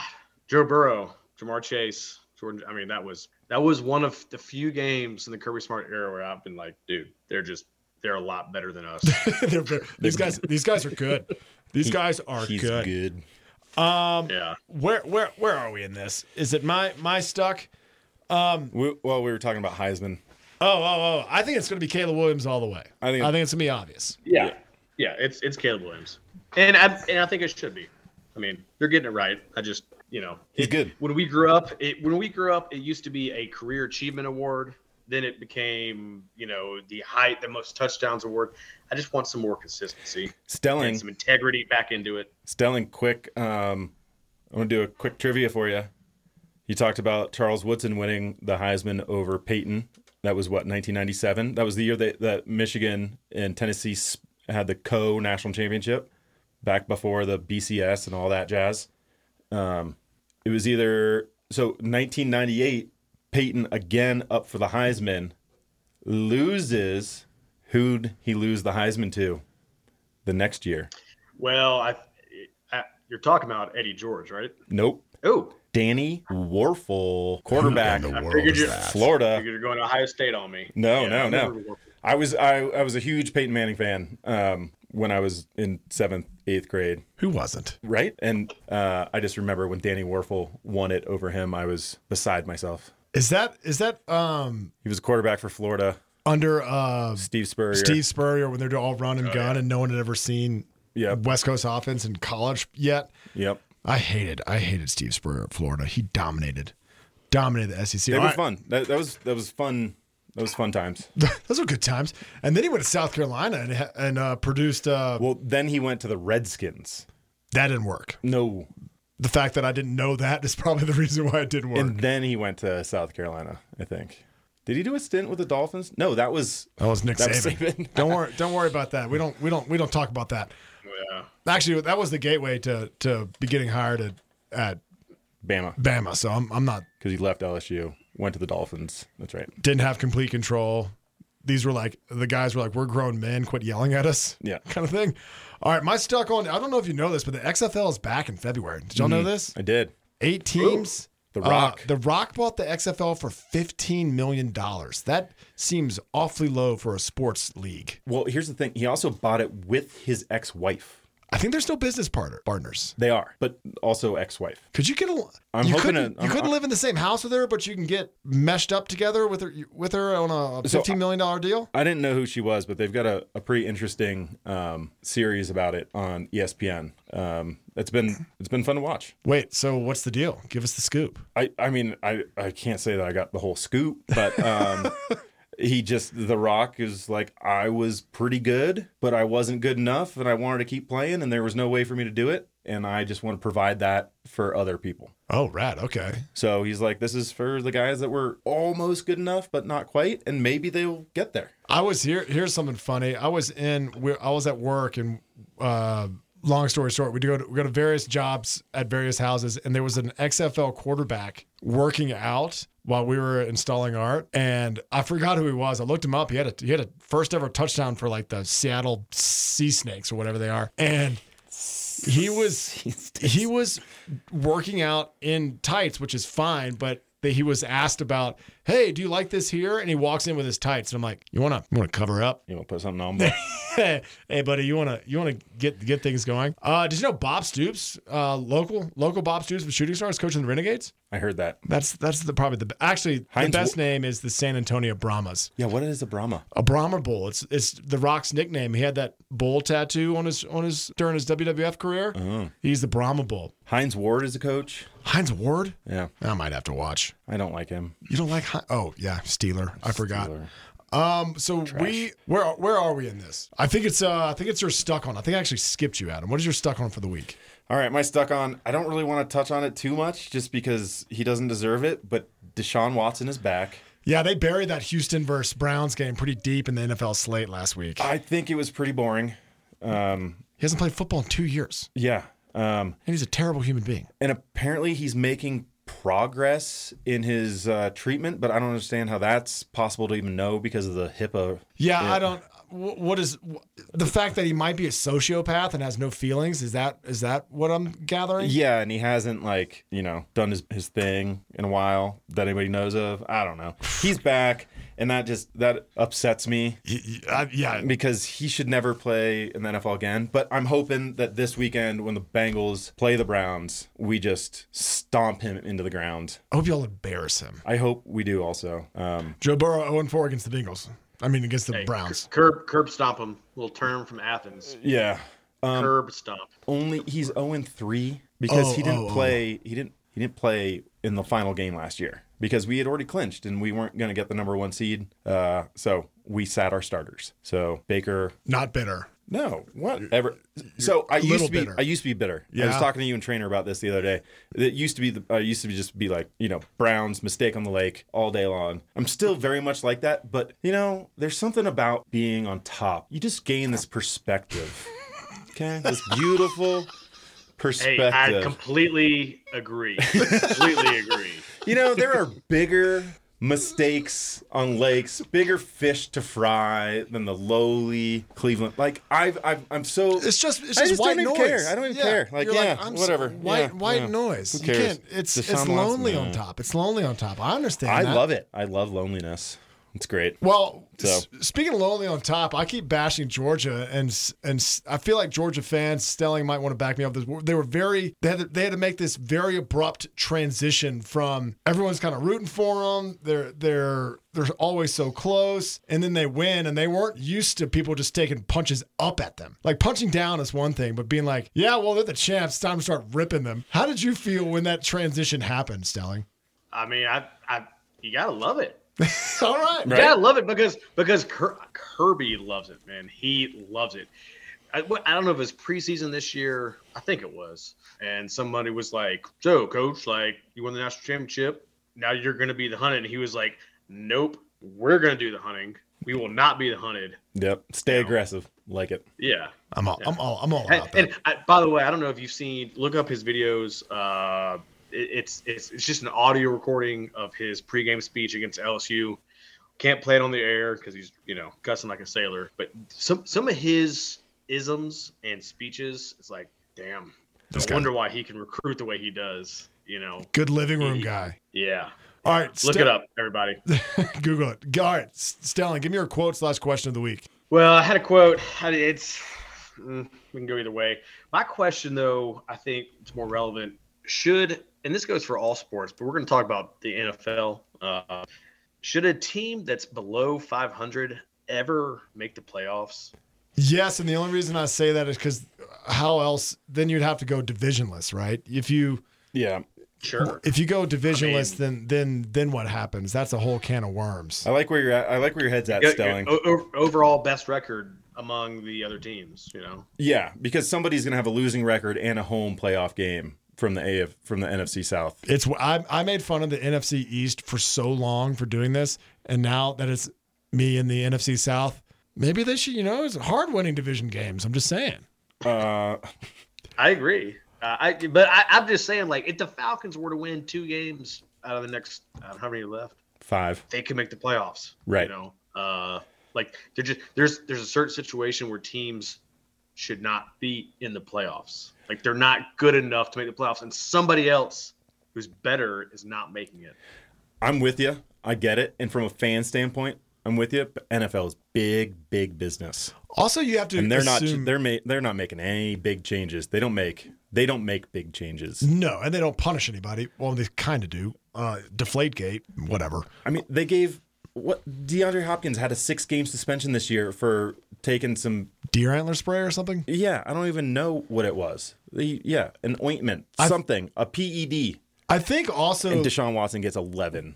[SPEAKER 3] Joe Burrow, Jamar Chase, Jordan. I mean that was that was one of the few games in the Kirby Smart era where I've been like, dude, they're just they're a lot better than us.
[SPEAKER 2] They're very- these guys these guys are good. These guys are
[SPEAKER 4] He's
[SPEAKER 2] good.
[SPEAKER 4] good.
[SPEAKER 3] yeah,
[SPEAKER 2] Where where where are we in this? Is it my my stuck?
[SPEAKER 4] We, well, we were talking about Heisman.
[SPEAKER 2] Oh oh oh! I think it's going to be Caleb Williams all the way.
[SPEAKER 4] I think-
[SPEAKER 2] I think it's going to be obvious.
[SPEAKER 3] yeah, yeah. It's it's Caleb Williams, and I and I think it should be. I mean, you're getting it right. I just you know
[SPEAKER 4] He's
[SPEAKER 3] it-
[SPEAKER 4] good.
[SPEAKER 3] When we grew up, it when we grew up, it used to be a career achievement award. Then it became, you know, the height, the most touchdowns award. I just want some more consistency and
[SPEAKER 4] Stelling,
[SPEAKER 3] some integrity back into it.
[SPEAKER 4] Stelling, quick. Um, I'm gonna do a quick trivia for you. You talked about Charles Woodson winning the Heisman over Peyton. That was what 1997. That was the year that, that Michigan and Tennessee s- had the co national championship, back before the BCS and all that jazz. Um, it was either so 1998 Peyton again up for the Heisman loses who'd he lose the Heisman to the next year
[SPEAKER 3] Well, I, I you're talking about Eddie George, right?
[SPEAKER 4] nope
[SPEAKER 3] Oh,
[SPEAKER 4] Danny Warfel quarterback
[SPEAKER 3] I figured you
[SPEAKER 4] Florida
[SPEAKER 3] figured you're going to Ohio State on me.
[SPEAKER 4] no
[SPEAKER 3] Yeah, I
[SPEAKER 4] no no
[SPEAKER 3] remember Warfel.
[SPEAKER 4] I was I, I was a huge Peyton Manning fan um when I was in 7th 8th grade
[SPEAKER 2] Who wasn't?
[SPEAKER 4] right and uh I just remember when Danny Warfel won it over him I was beside myself
[SPEAKER 2] Is that is that um
[SPEAKER 4] he was a quarterback for Florida
[SPEAKER 2] under uh
[SPEAKER 4] Steve Spurrier
[SPEAKER 2] Steve Spurrier when they're all run and gun and no one had ever seen
[SPEAKER 4] Oh, Yep.
[SPEAKER 2] West Coast offense in college yet?
[SPEAKER 4] Yep.
[SPEAKER 2] I hated I hated Steve Spurrier at Florida. He dominated. Dominated the SEC.
[SPEAKER 4] They
[SPEAKER 2] All
[SPEAKER 4] were
[SPEAKER 2] right.
[SPEAKER 4] fun. That, that was that was fun. That was fun times.
[SPEAKER 2] Those were good times. And then he went to South Carolina and, ha- and uh, produced. Uh,
[SPEAKER 4] Well, then he went to the Redskins.
[SPEAKER 2] that didn't work.
[SPEAKER 4] No,
[SPEAKER 2] The fact that I didn't know that is probably the reason why it didn't work.
[SPEAKER 4] and then he went to South Carolina. I think. Did he do a stint with the Dolphins? No, that was
[SPEAKER 2] that was Nick
[SPEAKER 4] that was
[SPEAKER 2] Saban.
[SPEAKER 4] Saban.
[SPEAKER 2] don't worry. Don't worry about that. We don't. We don't. We don't talk about that.
[SPEAKER 3] Yeah.
[SPEAKER 2] Actually, that was the gateway to to be getting hired at, at
[SPEAKER 4] Bama
[SPEAKER 2] Bama. So I'm I'm not
[SPEAKER 4] because he left LSU, went to the Dolphins. That's right.
[SPEAKER 2] didn't have complete control. These were like the guys were like, "We're grown men. Quit yelling at us."
[SPEAKER 4] Yeah.
[SPEAKER 2] kind of thing. All right, my stuck on. I don't know if you know this, but the XFL is back in February. Did y'all know this?
[SPEAKER 4] I did.
[SPEAKER 2] Eight teams.
[SPEAKER 4] The
[SPEAKER 2] Uh,
[SPEAKER 4] Rock.
[SPEAKER 2] Mm-hmm. the Rock bought the XFL for fifteen million dollars. That seems awfully low for a sports league.
[SPEAKER 4] Well, here's the thing. He also bought it with his ex-wife.
[SPEAKER 2] I think they're still business partner partners.
[SPEAKER 4] They are, but also ex-wife.
[SPEAKER 2] Could you get a?
[SPEAKER 4] I'm
[SPEAKER 2] you
[SPEAKER 4] hoping
[SPEAKER 2] couldn't, you
[SPEAKER 4] to- I'm-
[SPEAKER 2] couldn't live in the same house with her, but you can get meshed up together with her with her on a
[SPEAKER 4] So
[SPEAKER 2] fifteen million dollar deal.
[SPEAKER 4] I didn't know who she was, but they've got a, a pretty interesting um, series about it on E ESPN. Um, it's been it's been fun to watch.
[SPEAKER 2] Wait, so what's the deal? Give us the scoop.
[SPEAKER 4] I, I mean, I, I can't say that I got the whole scoop, but um, he just, The Rock is like, I was pretty good, but I wasn't good enough and I wanted to keep playing and there was no way for me to do it. And I just want to provide that for other people.
[SPEAKER 2] Oh, rad. Okay.
[SPEAKER 4] So he's like, this is for the guys that were almost good enough, but not quite. And maybe they'll get there.
[SPEAKER 2] I was here. Here's something funny. I was in. we I was at work, and uh, long story short, we go to, we go to various jobs at various houses, and there was an XFL quarterback working out while we were installing art, and I forgot who he was. I looked him up. He had a he had a first ever touchdown for like the Seattle Sea Snakes or whatever they are, and he was he was working out in tights, which is fine, but that he was asked about, hey, do you like this here? And he walks in with his tights, and I'm like, you wanna you wanna cover up?
[SPEAKER 4] You know, put something on. me.
[SPEAKER 2] hey, buddy, you wanna you wanna get get things going? Uh, did you know Bob Stoops, uh, local local Bob Stoops with Shooting Stars, coaching the Renegades?
[SPEAKER 4] I heard that.
[SPEAKER 2] That's that's the probably the actually the
[SPEAKER 4] Heinz
[SPEAKER 2] best
[SPEAKER 4] Wo-
[SPEAKER 2] name is the San Antonio Brahmas.
[SPEAKER 4] Yeah. What is a Brahma?
[SPEAKER 2] A Brahma bull. It's it's the Rock's nickname. He had that bull tattoo on his on his during his WWF career.
[SPEAKER 4] Uh-huh.
[SPEAKER 2] He's the Brahma bull.
[SPEAKER 4] Heinz Ward is a coach.
[SPEAKER 2] Heinz Ward.
[SPEAKER 4] Yeah.
[SPEAKER 2] I might have to watch.
[SPEAKER 4] I don't like him.
[SPEAKER 2] You don't like? Hi- oh yeah, Steeler. I forgot.
[SPEAKER 4] Steeler.
[SPEAKER 2] Um, so we where where are we in this? I think it's uh I think it's your stuck on. I think I actually skipped you, Adam. What is your stuck on for the week?
[SPEAKER 4] All right, my stuck on. I don't really want to touch on it too much just because he doesn't deserve it, but Deshaun Watson is back.
[SPEAKER 2] Yeah, they buried that Houston versus Browns game pretty deep in the NFL slate last week. He
[SPEAKER 4] I think it was pretty boring. Um,
[SPEAKER 2] hasn't played football in two years,
[SPEAKER 4] yeah. Um,
[SPEAKER 2] and he's a terrible human being.
[SPEAKER 4] and apparently he's making progress in his uh, treatment, but I don't understand how that's possible to even know because of the HIPAA.
[SPEAKER 2] Yeah, I don't. wh- What is wh- the fact that he might be a sociopath and has no feelings? Is that is that what I'm gathering?
[SPEAKER 4] Yeah, and he hasn't like, you know, done his, his thing in a while that anybody knows of. I don't know. He's back and that just that upsets me.
[SPEAKER 2] Yeah, yeah.
[SPEAKER 4] because he should never play in the NFL again. But I'm hoping that this weekend, when the Bengals play the Browns, we just stomp him into the ground.
[SPEAKER 2] I hope y'all embarrass him.
[SPEAKER 4] I hope we do also. Um,
[SPEAKER 2] Joe Burrow 0 4 against the Bengals. I mean, against the Browns.
[SPEAKER 3] Curb, curb stomp him. Little term from Athens.
[SPEAKER 4] yeah, Um,
[SPEAKER 3] curb stomp.
[SPEAKER 4] only he's 0 3 because
[SPEAKER 2] Oh,
[SPEAKER 4] he didn't
[SPEAKER 2] oh, oh.
[SPEAKER 4] play. He didn't. He didn't play in the final game last year. because we had already clinched and we weren't going to get the number one seed. Uh, so we sat our starters. So Baker,
[SPEAKER 2] Not bitter.
[SPEAKER 4] no, whatever. So I used
[SPEAKER 2] little
[SPEAKER 4] to be,
[SPEAKER 2] bitter.
[SPEAKER 4] I used to be bitter. I was
[SPEAKER 2] Yeah.
[SPEAKER 4] talking to you and Trainer about this the other day. It used to be, the, I used to be just be like, you know, Browns mistake on the lake all day long. I'm still very much like that, but you know, there's something about being on top. You just gain this perspective. Okay, this beautiful
[SPEAKER 3] Hey,
[SPEAKER 4] perspective.
[SPEAKER 3] I completely agree. completely agree.
[SPEAKER 4] You know, there are bigger mistakes on lakes, bigger fish to fry than the lowly Cleveland. Like I've, I've I'm so
[SPEAKER 2] It's just it's
[SPEAKER 4] I
[SPEAKER 2] just,
[SPEAKER 4] just
[SPEAKER 2] white
[SPEAKER 4] don't even
[SPEAKER 2] noise.
[SPEAKER 4] care. I don't even care. Like,
[SPEAKER 2] You're
[SPEAKER 4] yeah,
[SPEAKER 2] I'm s-
[SPEAKER 4] whatever.
[SPEAKER 2] White
[SPEAKER 4] Yeah,
[SPEAKER 2] white
[SPEAKER 4] yeah.
[SPEAKER 2] noise.
[SPEAKER 4] Who
[SPEAKER 2] You
[SPEAKER 4] cares?
[SPEAKER 2] can't. It's
[SPEAKER 4] Deshaun
[SPEAKER 2] it's
[SPEAKER 4] Watson,
[SPEAKER 2] lonely
[SPEAKER 4] yeah.
[SPEAKER 2] on top. It's lonely on top. I understand.
[SPEAKER 4] I
[SPEAKER 2] that.
[SPEAKER 4] love it. I love loneliness. It's great.
[SPEAKER 2] Well,
[SPEAKER 4] So-
[SPEAKER 2] s- speaking of lonely on top, I keep bashing Georgia, and s- and s- I feel like Georgia fans, Stelling might want to back me up. This they were very they had to, they had to make this very abrupt transition from everyone's kind of rooting for them. They're they're they're always so close, and then they win, and they weren't used to people just taking punches up at them. Like punching down is one thing, but being like, yeah, well they're the champs, time to start ripping them. How did you feel when that transition happened, Stelling?
[SPEAKER 3] I mean, I, I, you gotta love it.
[SPEAKER 2] All right,
[SPEAKER 4] Right.
[SPEAKER 3] Yeah, I love it because because Ker- Kirby loves it, man. He loves it. I, what- I don't know if it was preseason this year. I think it was. And somebody was like, "So, coach, like you won the national championship. Now you're going to be the hunted." And he was like, "Nope, we're going to do the hunting. We will not be the hunted."
[SPEAKER 4] Yep. Stay aggressive. Like it.
[SPEAKER 3] Yeah.
[SPEAKER 2] I'm all I'm all I'm all
[SPEAKER 3] And,
[SPEAKER 2] about that.
[SPEAKER 3] and I, by the way, I don't know if you've seen. Look up his videos. Uh, it, it's it's it's just an audio recording of his pregame speech against LSU. Can't play it on the air because he's you know cussing like a sailor. But some some of his isms and speeches, it's like, damn.
[SPEAKER 2] This
[SPEAKER 3] I
[SPEAKER 2] guy.
[SPEAKER 3] wonder why he can recruit the way he does. You know,
[SPEAKER 2] Good living room guy.
[SPEAKER 3] yeah.
[SPEAKER 2] All right,
[SPEAKER 3] Look
[SPEAKER 2] Ste-
[SPEAKER 3] it up, everybody.
[SPEAKER 2] Google it. All right, S- Stelling, give me your quote slash question of the week.
[SPEAKER 3] Well, I had a quote. I- It's mm, we can go either way. My question, though, I think it's more relevant. Should and this goes for all sports, but we're going to talk about the NFL. Uh, should a team that's below 500 ever make the playoffs?
[SPEAKER 2] Yes, and the only reason I say that is because how else? Then you'd have to go divisionless, right? If you
[SPEAKER 4] Yeah.
[SPEAKER 3] Sure.
[SPEAKER 2] if you go divisionless, then then then what happens? That's a whole can of worms.
[SPEAKER 4] I like where you're at. I like where your head's at,
[SPEAKER 3] Go-
[SPEAKER 4] Stelling.
[SPEAKER 3] o- o- overall best record among the other teams. You know.
[SPEAKER 4] Yeah, because somebody's gonna have a losing record and a home playoff game from the AF from the NFC South.
[SPEAKER 2] It's I, I made fun of the NFC East for so long for doing this, and now that it's me in the NFC South, maybe they should. You know, it's hard winning division games. I'm just saying.
[SPEAKER 4] Uh,
[SPEAKER 3] I agree. Uh, I but I, I'm just saying, like, if the Falcons were to win two games out of the next, I don't know how many left.
[SPEAKER 4] five.
[SPEAKER 3] they can make the playoffs.
[SPEAKER 4] Right.
[SPEAKER 3] You know, uh, like they're just there's there's a certain situation where teams should not be in the playoffs. Like they're not good enough to make the playoffs, and somebody else who's better is not making it.
[SPEAKER 4] I'm with you. I get it. And from a fan standpoint, I'm with you. But NFL is big, big business,
[SPEAKER 2] Also, you have to
[SPEAKER 4] and they're
[SPEAKER 2] assume-
[SPEAKER 4] not they're ma- they're not making any big changes. They don't make they don't make big changes.
[SPEAKER 2] No, and they don't punish anybody. Well, they kind of do. Uh, deflate gate, whatever.
[SPEAKER 4] I mean, they gave what DeAndre Hopkins had a six game suspension this year for taking some.
[SPEAKER 2] Deer antler spray or something.
[SPEAKER 4] Yeah, I don't even know what it was. The, yeah, an ointment, something, a PED.
[SPEAKER 2] I think also
[SPEAKER 4] And Deshaun Watson gets 11.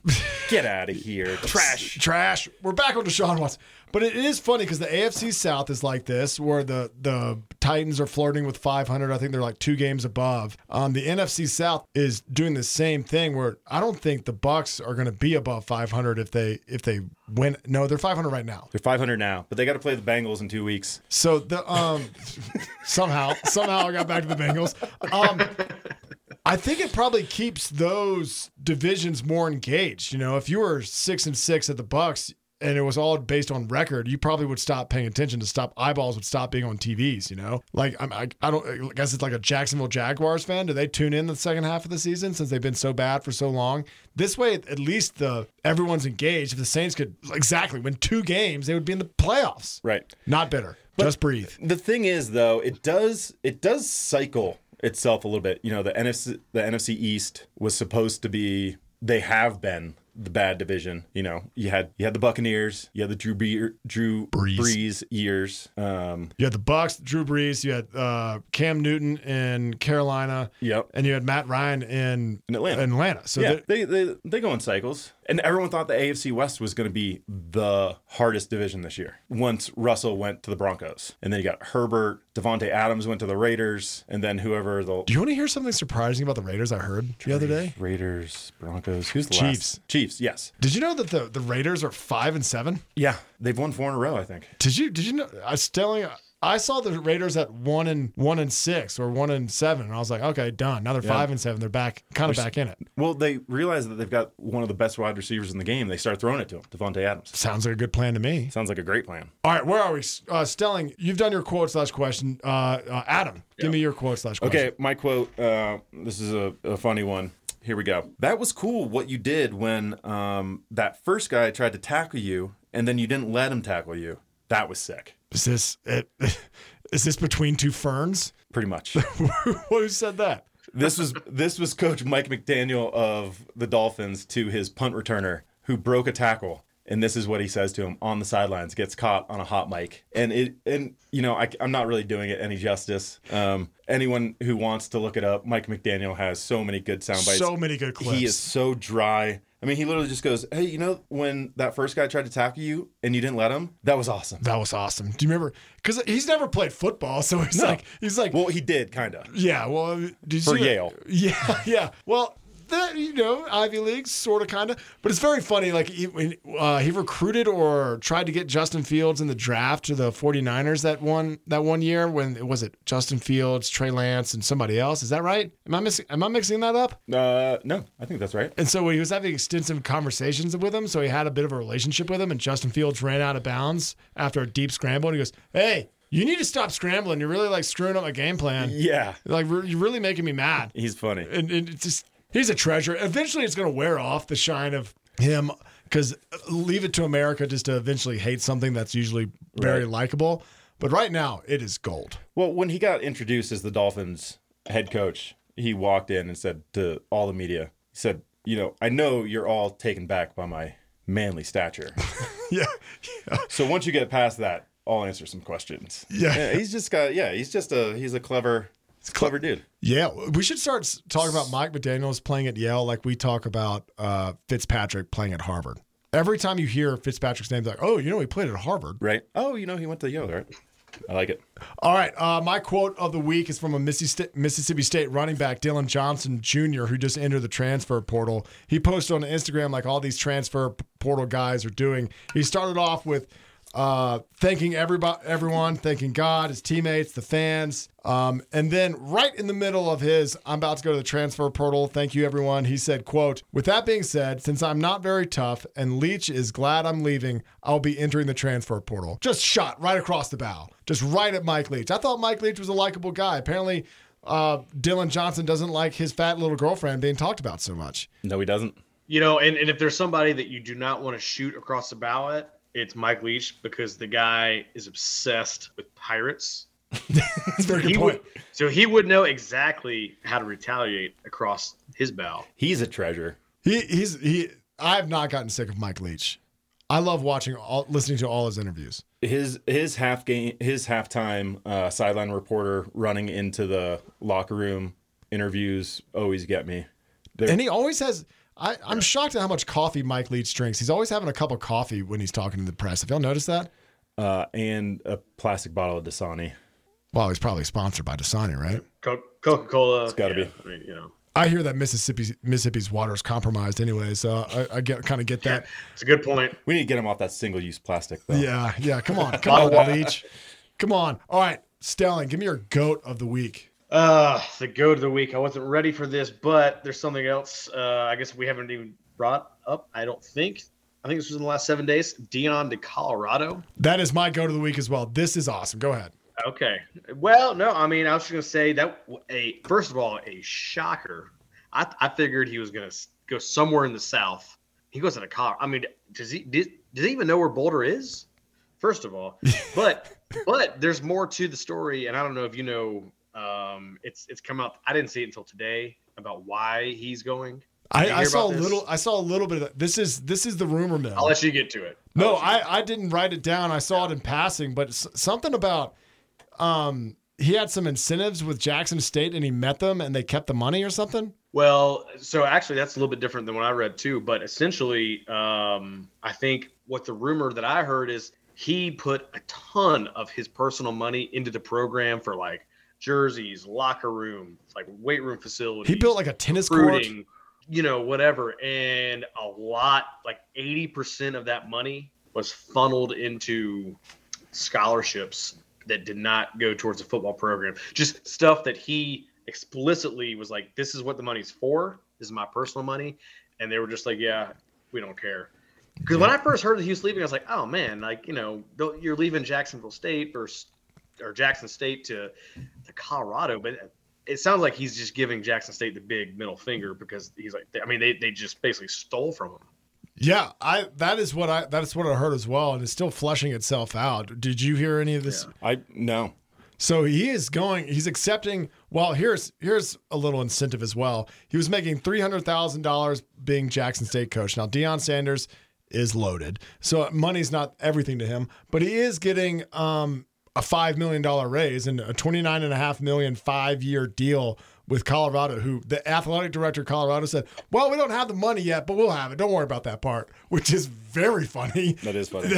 [SPEAKER 4] Get out of here. Trash.
[SPEAKER 2] trash. We're back on Deshaun Watson, but it is funny because the AFC South is like this, where the the Titans are flirting with 500. I think they're like two games above. Um, the NFC South is doing the same thing, where I don't think the Bucks are going to be above 500 if they if they win. No, they're 500 right now.
[SPEAKER 4] They're 500 now, but they got to play the Bengals in two weeks.
[SPEAKER 2] So the um somehow somehow I got back to the Bengals. Um I think it probably keeps those divisions more engaged. You know, if you were six and six at the Bucks and it was all based on record, you probably would stop paying attention to stop eyeballs would stop being on TVs. You know, like I'm, I, I don't I guess it's like a Jacksonville Jaguars fan. Do they tune in the second half of the season since they've been so bad for so long? This way, at least the everyone's engaged. If the Saints could exactly win two games, they would be in the playoffs.
[SPEAKER 4] Right.
[SPEAKER 2] Not bitter. Just breathe.
[SPEAKER 4] The thing is though, it does it does cycle itself a little bit. You know, the NFC the NFC East was supposed to be they have been the bad division. You know, you had you had the Buccaneers, you had the Drew Bre- Drew
[SPEAKER 2] Brees.
[SPEAKER 4] Brees, years. Um,
[SPEAKER 2] You had the Bucks, Drew Brees. You had uh, Cam Newton in Carolina.
[SPEAKER 4] Yep.
[SPEAKER 2] And you had Matt Ryan in
[SPEAKER 4] In Atlanta.
[SPEAKER 2] Atlanta. So
[SPEAKER 4] yeah,
[SPEAKER 2] the-
[SPEAKER 4] they, they they go in cycles, and everyone thought the AFC West was going to be the hardest division this year. Once Russell went to the Broncos, and then you got Herbert, Devonte Adams went to the Raiders, and then whoever the
[SPEAKER 2] do you want to hear something surprising about the Raiders? I heard the other day.
[SPEAKER 4] Raiders, Broncos, who's the
[SPEAKER 2] Chiefs.
[SPEAKER 4] last? Chiefs, yes,
[SPEAKER 2] Did you know that the, the Raiders are five and seven?
[SPEAKER 4] yeah, they've won four in a row, I think.
[SPEAKER 2] Did you did you know? I was telling you, I saw the Raiders at one and one and six or one and seven, and I was like, okay, done. Now they're five and seven. They're back, kind of back in it.
[SPEAKER 4] Well, they realize that they've got one of the best wide receivers in the game. They start throwing it to him, Devonte Adams.
[SPEAKER 2] Sounds like a good plan to me.
[SPEAKER 4] Sounds like a great plan.
[SPEAKER 2] All right, where are we? Uh, Stelling, you've done your quote slash question. Uh, uh, Adam, give me your quote slash question.
[SPEAKER 4] Okay, my quote. Uh, this is a, a funny one. Here we go. That was cool what you did when um, that first guy tried to tackle you and then you didn't let him tackle you. That was sick,
[SPEAKER 2] Is this it, is this between two ferns?
[SPEAKER 4] pretty much.
[SPEAKER 2] Who said that?
[SPEAKER 4] this was this was Coach Mike McDaniel of the Dolphins to his punt returner who broke a tackle, and this is what he says to him on the sidelines. Gets caught on a hot mic, and it and you know I, am not really doing it any justice. Um, anyone who wants to look it up, Mike McDaniel has so many good sound bites.
[SPEAKER 2] So many good clips.
[SPEAKER 4] He is so dry. I mean, he literally just goes, "Hey, you know when that first guy tried to tackle you and you didn't let him? That was awesome."
[SPEAKER 2] That was awesome. Do you remember? Because he's never played football, so he's
[SPEAKER 4] No.
[SPEAKER 2] like he's like
[SPEAKER 4] Well, he did kind of.
[SPEAKER 2] Yeah, well, uh, did you
[SPEAKER 4] For
[SPEAKER 2] see that-
[SPEAKER 4] Yale.
[SPEAKER 2] Yeah, yeah. Well, that you know, Ivy League, sort of, kind of. But it's very funny. Like he, when, uh, he recruited or tried to get Justin Fields in the draft to the 49ers that one that one year when was it Justin Fields, Trey Lance, and somebody else? Is that right? Am I missing? Am I mixing that up?
[SPEAKER 4] Uh, no, I think that's right.
[SPEAKER 2] And so he was having extensive conversations with him. So he had a bit of a relationship with him. And Justin Fields ran out of bounds after a deep scramble. And he goes, "Hey, you need to stop scrambling. You're really like screwing up my game plan."
[SPEAKER 4] Yeah,
[SPEAKER 2] Like re- you're really making me mad.
[SPEAKER 4] he's funny.
[SPEAKER 2] And, and it's just he's a treasure. Eventually, it's going to wear off the shine of him because Leave It to America just to eventually hate something that's usually very
[SPEAKER 4] Right.
[SPEAKER 2] likable. But right now, it is gold.
[SPEAKER 4] Well, when he got introduced as the Dolphins head coach, he walked in and said to all the media, he said, You know, I know you're all taken back by my manly stature.
[SPEAKER 2] Yeah,
[SPEAKER 4] so once you get past that, I'll answer some questions.
[SPEAKER 2] Yeah.
[SPEAKER 4] he's just got, yeah, he's just a, he's a clever, he's a clever dude.
[SPEAKER 2] yeah. We should start s- talking about Mike McDaniel's playing at Yale, like we talk about uh, Fitzpatrick playing at Harvard. Every time you hear Fitzpatrick's name, like, oh, you know, he played at Harvard.
[SPEAKER 4] Right. Oh, you know, he went to Yale, right? I like it.
[SPEAKER 2] All right. Uh, my quote of the week is from a Missi- Sta- Mississippi State running back, Dylan Johnson Jr., who just entered the transfer portal. He posted on Instagram, like all these transfer p- portal guys are doing. He started off with uh, thanking everybody, everyone, thanking God, his teammates, the fans. Um, and then right in the middle of his, I'm about to go to the transfer portal. Thank you, everyone. He said, quote, with that being said, since I'm not very tough and Leach is glad I'm leaving, I'll be entering the transfer portal. Just shot right across the bow, just right at Mike Leach. I thought Mike Leach was a likable guy. Apparently, uh, Dylan Johnson doesn't like his fat little girlfriend being talked about so much.
[SPEAKER 4] No, he doesn't.
[SPEAKER 3] You know, and, and if there's somebody that you do not want to shoot across the ballot, it's Mike Leach because the guy is obsessed with pirates.
[SPEAKER 2] That's a very good
[SPEAKER 3] He
[SPEAKER 2] point.
[SPEAKER 3] would, so he would know exactly how to retaliate across his bow.
[SPEAKER 4] He's a treasure.
[SPEAKER 2] He, he's he. I have not gotten sick of Mike Leach. I love watching all, listening to all his interviews.
[SPEAKER 4] his his half game his halftime uh, sideline reporter running into the locker room interviews always get me.
[SPEAKER 2] And he always has. I, I'm shocked at how much coffee Mike Leach drinks. He's always having a cup of coffee when he's talking to the press. Have y'all noticed that?
[SPEAKER 4] Uh, and a plastic bottle of Dasani.
[SPEAKER 2] Well, he's probably sponsored by Dasani, right?
[SPEAKER 3] Co- Coca Cola. It's
[SPEAKER 4] gotta be.
[SPEAKER 3] I mean, you know,
[SPEAKER 2] I hear that Mississippi's Mississippi's water is compromised anyway, so I, I get kind of get that.
[SPEAKER 3] it's a good point.
[SPEAKER 4] We need to get him off that single use plastic though.
[SPEAKER 2] Yeah, yeah. Come on, come on, Leach. Come on. All right, Stelling, give me your goat of the week.
[SPEAKER 3] Uh, the goat of the week. I wasn't ready for this, but there's something else. Uh, I guess we haven't even brought up. I don't think. I think this was in the last seven days. Dion to Colorado.
[SPEAKER 2] That is my goat of the week as well. This is awesome. Go ahead.
[SPEAKER 3] Okay. Well, no, I mean, I was just gonna say that w- a first of all, a shocker. I I figured he was gonna s- go somewhere in the south. He goes to Colorado. I mean, does he did, does he even know where Boulder is? First of all, but but there's more to the story, and I don't know if you know. Um, it's it's come out. I didn't see it until today about why he's going.
[SPEAKER 2] I,
[SPEAKER 3] you
[SPEAKER 2] I
[SPEAKER 3] hear
[SPEAKER 2] saw a
[SPEAKER 3] about this?
[SPEAKER 2] little. I saw a little bit of that. This is this is the rumor mill.
[SPEAKER 3] I'll let you get to it.
[SPEAKER 2] No, I, I didn't write it down. I saw it in passing, but s- something about um he had some incentives with Jackson State and he met them and they kept the money or something.
[SPEAKER 3] Well, so actually, that's a little bit different than what I read too. But essentially, um, I think what the rumor that I heard is he put a ton of his personal money into the program for like jerseys, locker room, like weight room facilities.
[SPEAKER 2] He built like a tennis court.
[SPEAKER 3] recruiting, you know, whatever. And a lot, like 80% of that money was funneled into scholarships that did not go towards the football program. Just stuff that he explicitly was like, this is what the money's for. This is my personal money. And they were just like, yeah, we don't care. Because when I first heard that he was leaving, I was like, oh man, like, you know, don't- you're leaving Jacksonville State or, s- or Jackson State to, to Colorado. But it sounds like he's just giving Jackson State the big middle finger because he's like, I mean, they, they just basically stole from him.
[SPEAKER 2] Yeah, I that is what I that's what I heard as well, and it's still fleshing itself out. Did you hear any of this?
[SPEAKER 4] I no.
[SPEAKER 2] So he is going. He's accepting. Well, here's here's a little incentive as well. He was making three hundred thousand dollars being Jackson State coach. Now Deion Sanders is loaded, so money's not everything to him, but he is getting um, a five million dollar raise and a twenty nine and a half million five year deal with Colorado. Who the athletic director of Colorado said, "Well, we don't have the money yet, but we'll have it. Don't worry about that part," which is very funny.
[SPEAKER 4] That is funny.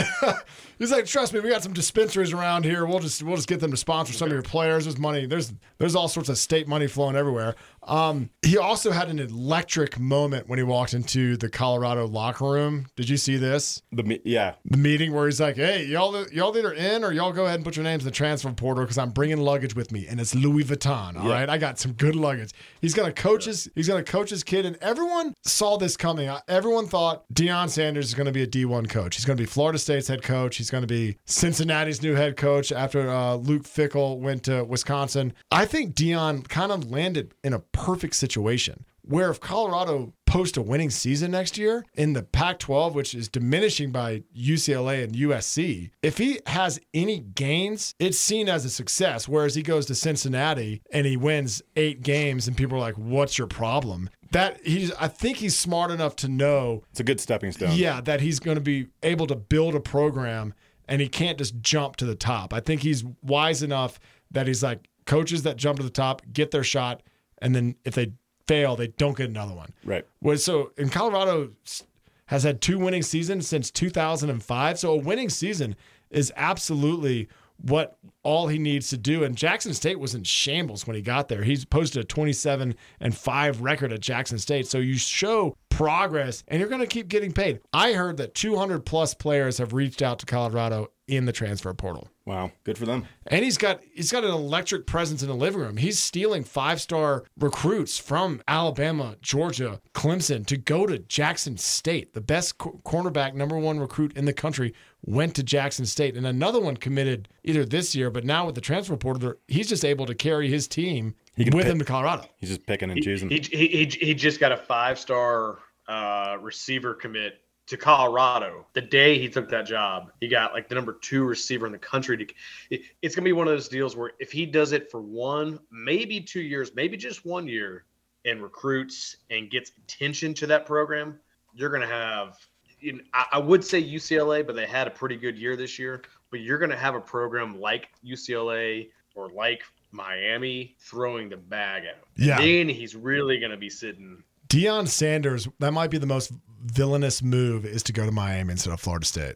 [SPEAKER 2] He's like, trust me, we got some dispensaries around here. We'll just we'll just get them to sponsor some of your players. There's money. There's there's all sorts of state money flowing everywhere. Um, he also had an electric moment when he walked into the Colorado locker room. Did you see this?
[SPEAKER 4] the me- yeah.
[SPEAKER 2] The meeting where he's like, "Hey, y'all, y'all either in or y'all go ahead and put your names in the transfer portal because I'm bringing luggage with me, and it's Louis Vuitton. All right, I got some good luggage. He's gonna coach his, he's gonna coach his kid, and everyone saw this coming. Uh, Everyone thought Deion Sanders is gonna be a D1 coach. He's gonna be Florida State's head coach. He's gonna be Cincinnati's new head coach after uh, Luke Fickle went to Wisconsin. I think Deion kind of landed in a perfect situation where if Colorado post a winning season next year in the Pac 12, which is diminishing by UCLA and USC, if he has any gains, it's seen as a success. Whereas he goes to Cincinnati and he wins eight games, and people are like, What's your problem? That he's, I think he's smart enough to know,
[SPEAKER 4] It's a good stepping stone.
[SPEAKER 2] yeah, that he's going to be able to build a program and he can't just jump to the top. I think he's wise enough that he's like, coaches that jump to the top get their shot, and then if they fail, they don't get another one.
[SPEAKER 4] Right.
[SPEAKER 2] Was so in Colorado s- has had two winning seasons since 2005. So a winning season is absolutely what all he needs to do. And Jackson State was in shambles when he got there. He's posted a 27 and 5 record at Jackson State. So you show progress and you're going to keep getting paid. I heard that 200 plus players have reached out to Colorado in the transfer portal.
[SPEAKER 4] Wow. Good for them.
[SPEAKER 2] And he's got he's got an electric presence in the living room. He's stealing five star recruits from Alabama, Georgia, Clemson to go to Jackson State. The best co- cornerback, number one recruit in the country, went to Jackson State, and another one committed either this year, but now with the transfer portal, they're- he's just able to carry his team
[SPEAKER 4] can
[SPEAKER 2] with
[SPEAKER 4] pick-
[SPEAKER 2] him to Colorado.
[SPEAKER 4] He's just picking and
[SPEAKER 3] He,
[SPEAKER 4] choosing.
[SPEAKER 3] he, he, he, he just got a five star uh, receiver commit to Colorado. The day he took that job, he got like the number two receiver in the country. To, it- it's going to be one of those deals where if he does it for one, maybe two years, maybe just one year, and recruits and gets attention to that program, you're going to have. You know, I, I would say UCLA, but they had a pretty good year this year. But you're going to have a program like UCLA or like Miami throwing the bag at him.
[SPEAKER 2] Yeah.
[SPEAKER 3] Then he's really going to be sitting.
[SPEAKER 2] Deion Sanders, that might be the most villainous move is to go to Miami instead of Florida State.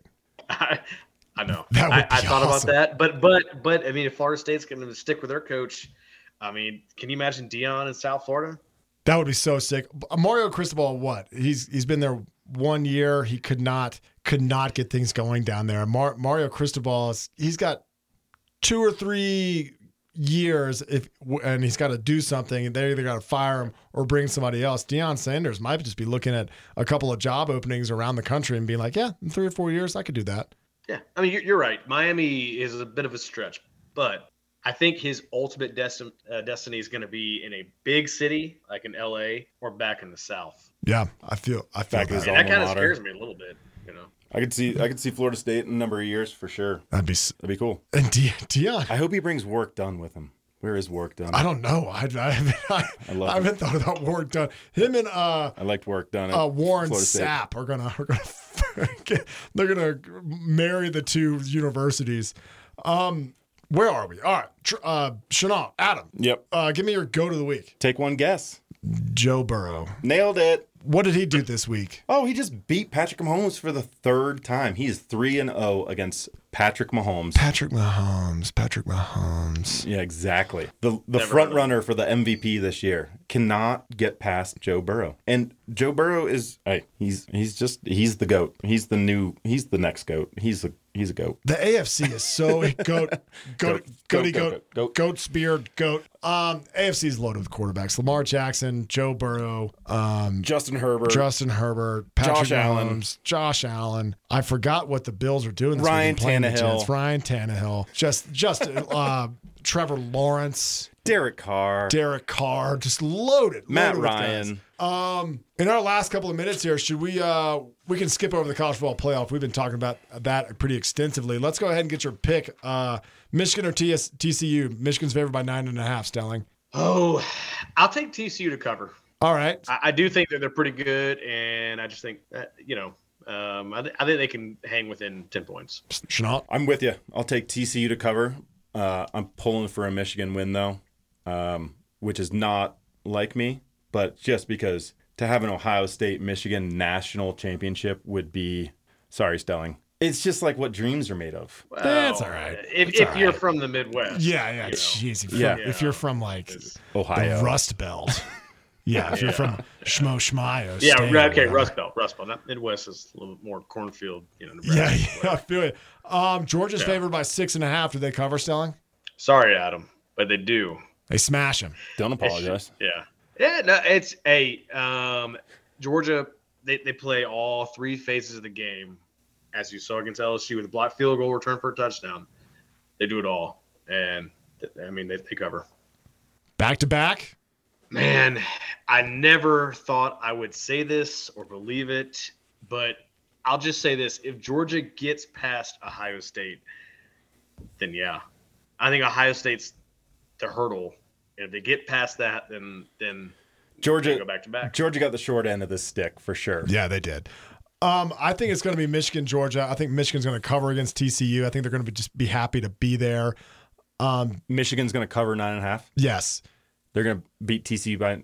[SPEAKER 3] I, I know.
[SPEAKER 2] That would
[SPEAKER 3] I, I
[SPEAKER 2] be
[SPEAKER 3] thought
[SPEAKER 2] awesome.
[SPEAKER 3] about that, but but but I mean, if Florida State's going to stick with their coach, I mean, can you imagine Dion in South Florida?
[SPEAKER 2] That would be so sick. B- Mario Cristobal, what? He's he's been there one year. He could not could not get things going down there. Mar- Mario Cristobal, is, he's got two or three years if w- and he's got to do something and they either got to fire him or bring somebody else Deion Sanders might just be looking at a couple of job openings around the country and being like yeah in three or four years I could do that
[SPEAKER 3] Yeah, I mean, you're, you're right. Miami is a bit of a stretch, but I think his ultimate destin- uh, destiny is going to be in a big city like in LA or back in the South.
[SPEAKER 2] yeah I feel I feel
[SPEAKER 4] Fact is,
[SPEAKER 2] that.
[SPEAKER 3] And
[SPEAKER 4] Alma
[SPEAKER 3] that kind of
[SPEAKER 4] mater.
[SPEAKER 3] scares me a little bit, you know.
[SPEAKER 4] I could see I could see Florida State in a number of years for sure.
[SPEAKER 2] that'd be s-
[SPEAKER 4] That'd be cool.
[SPEAKER 2] and De- Deion
[SPEAKER 4] I hope he brings work done with him. Where is Work Done?
[SPEAKER 2] I
[SPEAKER 4] I,
[SPEAKER 2] don't know. I, I, haven't- I, I,
[SPEAKER 4] love
[SPEAKER 2] haven't thought about Warren Dunn. Him and uh,
[SPEAKER 4] liked Work Done. at
[SPEAKER 2] uh, Warren
[SPEAKER 4] Florida State.
[SPEAKER 2] Sapp are gonna are gonna get- they're gonna marry the two universities. Um, where are we? All right, tr- uh, Chenault, Adam,
[SPEAKER 4] Yep.
[SPEAKER 2] uh, give me your go to the week.
[SPEAKER 4] Take one guess.
[SPEAKER 2] Joe Burrow.
[SPEAKER 4] Nailed it.
[SPEAKER 2] What did he do this week?
[SPEAKER 4] Oh, he just beat Patrick Mahomes for the third time. He is 3 and 0 against Patrick Mahomes.
[SPEAKER 2] Patrick Mahomes. Patrick Mahomes.
[SPEAKER 4] Yeah, exactly. The the
[SPEAKER 3] Never
[SPEAKER 4] front
[SPEAKER 3] heard of
[SPEAKER 4] runner for the MVP this year cannot get past Joe Burrow. And Joe Burrow is hey, he's he's just he's the goat. He's the new he's the next goat. He's a he's a goat.
[SPEAKER 2] The AFC is so goat, goat, goaty goat,
[SPEAKER 4] goat, goat, goat.
[SPEAKER 2] goat's beard, goat. Um, AFC is loaded with quarterbacks: Lamar Jackson, Joe Burrow, um,
[SPEAKER 4] Justin Herbert,
[SPEAKER 2] Justin Herbert, Patrick
[SPEAKER 4] Josh Allen.
[SPEAKER 2] Mahomes, Josh Allen. I forgot what the Bills are doing. This week
[SPEAKER 4] Ryan
[SPEAKER 2] and playing the
[SPEAKER 4] Tannehill.
[SPEAKER 2] Jets. Ryan Tannehill, just just uh, Trevor Lawrence,
[SPEAKER 4] Derek Carr,
[SPEAKER 2] Derek Carr, just loaded.
[SPEAKER 4] Matt
[SPEAKER 2] loaded with guys.
[SPEAKER 4] Ryan.
[SPEAKER 2] Um, in our last couple of minutes here, should we uh we can skip over the college football playoff. We've been talking about that pretty extensively. Let's go ahead and get your pick. Uh, Michigan or TS, TCU? Michigan's favored by nine and a half. Stelling.
[SPEAKER 3] Oh, I'll take TCU to cover.
[SPEAKER 2] All right.
[SPEAKER 3] I, I do think that they're pretty good, and I just think that you know, um, I, th- I think they can hang within ten points.
[SPEAKER 2] Chenault.
[SPEAKER 4] I'm with you. I'll take TCU to cover. Uh, I'm pulling for a Michigan win though, um, which is not like me, but just because to have an Ohio State Michigan national championship would be sorry, Stelling. It's just like what dreams are made of.
[SPEAKER 2] That's
[SPEAKER 3] Well,
[SPEAKER 2] all right.
[SPEAKER 3] If,
[SPEAKER 2] That's
[SPEAKER 3] if
[SPEAKER 2] all
[SPEAKER 3] you're
[SPEAKER 2] right.
[SPEAKER 3] from the Midwest,
[SPEAKER 2] Yeah, yeah.
[SPEAKER 3] you know.
[SPEAKER 2] Jeez, if,
[SPEAKER 4] Yeah.
[SPEAKER 2] From, if you're from like the
[SPEAKER 4] Ohio.
[SPEAKER 2] Rust Belt. Yeah, if you're from Schmo Schmai or
[SPEAKER 3] Yeah,
[SPEAKER 2] Stain or
[SPEAKER 3] right, okay,
[SPEAKER 2] whatever.
[SPEAKER 3] Rust Belt, Rust Belt. Not Midwest is a little bit more cornfield, you know.
[SPEAKER 2] Yeah,
[SPEAKER 3] Nebraska.
[SPEAKER 2] yeah, I feel it. Um, Georgia's favored by six and a half. Do they cover Stelling?
[SPEAKER 3] Sorry, Adam, but they do.
[SPEAKER 2] They smash him.
[SPEAKER 4] Don't apologize.
[SPEAKER 3] Yeah, yeah. No, it's a um, Georgia. They, they play all three phases of the game, as you saw against LSU with a block field goal, return for a touchdown. They do it all, and th- I mean they, they cover.
[SPEAKER 2] Back to back.
[SPEAKER 3] Man, I never thought I would say this or believe it, but I'll just say this: if Georgia gets past Ohio State, then yeah, I think Ohio State's the hurdle. If they get past that, then then they
[SPEAKER 4] Georgia
[SPEAKER 3] go back to back.
[SPEAKER 4] Georgia got the short end of the stick for sure.
[SPEAKER 2] Yeah, they did. Um, I think it's going to be Michigan, Georgia. I think Michigan's going to cover against TCU. I think they're going to be, just be happy to be there. Um,
[SPEAKER 4] Michigan's going to cover nine and a half.
[SPEAKER 2] yes,
[SPEAKER 4] They're going to beat TCU by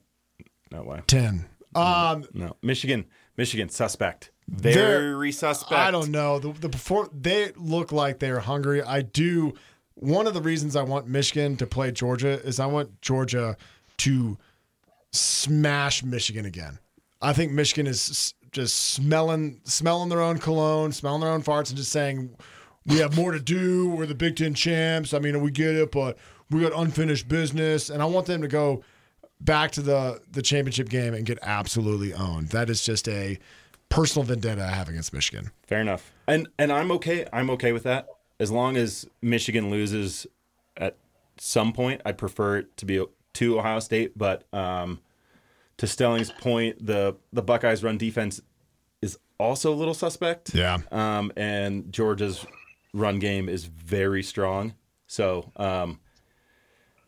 [SPEAKER 4] no way.
[SPEAKER 2] ten. Um,
[SPEAKER 4] No, Michigan, Michigan suspect.
[SPEAKER 2] They're-
[SPEAKER 4] Very suspect.
[SPEAKER 2] I don't know. The, the before they look like they're hungry. I do. One of the reasons I want Michigan to play Georgia is I want Georgia to smash Michigan again. I think Michigan is s- just smelling smelling their own cologne, smelling their own farts, and just saying we have more to do. We're the Big Ten champs. I mean, we get it, but we got unfinished business. And I want them to go back to the the championship game and get absolutely owned. That is just a personal vendetta I have against Michigan.
[SPEAKER 4] Fair enough. And and I'm okay. I'm okay with that as long as Michigan loses at some point. I prefer it to be to Ohio State, but um, to Stelling's point, the the Buckeyes run defense is also a little suspect.
[SPEAKER 2] Yeah.
[SPEAKER 4] Um, and Georgia's run game is very strong. So um,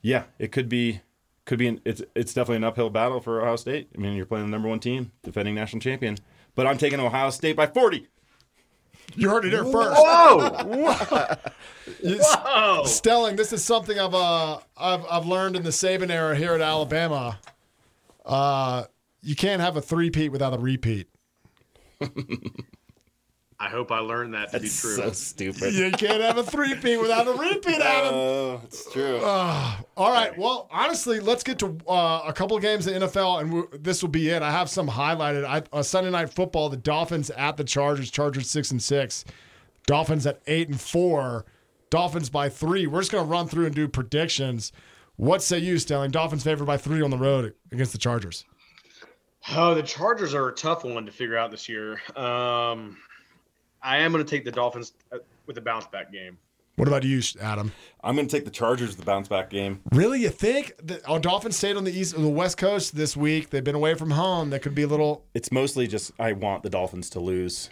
[SPEAKER 4] yeah, it could be could be an, it's it's definitely an uphill battle for Ohio State. I mean, you're playing the number one team, defending national champion. But I'm taking Ohio State by 40.
[SPEAKER 2] You heard it here first.
[SPEAKER 3] Whoa!
[SPEAKER 2] Yes.
[SPEAKER 3] Whoa!
[SPEAKER 2] Stelling, this is something I've uh I've I've learned in the Saban era here at Alabama. Uh, you can't have a three-peat without a repeat.
[SPEAKER 3] I hope I learned that to be true.
[SPEAKER 4] stupid.
[SPEAKER 2] You can't have a three-peat without a repeat, Adam.
[SPEAKER 4] Oh, it's true.
[SPEAKER 2] All right. Well, honestly, let's get to uh, a couple games of NFL, and we this will be it. I have some highlighted. I, uh, Sunday night football: the Dolphins at the Chargers. Chargers six and six. Dolphins at eight and four. Dolphins by three. We're just gonna run through and do predictions. What say you, Stelling? Dolphins favored by three on the road against the Chargers.
[SPEAKER 3] Oh, the Chargers are a tough one to figure out this year. Um, I am going to take the Dolphins uh, with a bounce back game.
[SPEAKER 2] What about you, Adam?
[SPEAKER 4] I'm going to take the Chargers the bounce back game.
[SPEAKER 2] Really, you think that our Dolphins stayed on the east, the West Coast this week? They've been away from home. That could be a little
[SPEAKER 4] It's mostly just I want the Dolphins to lose.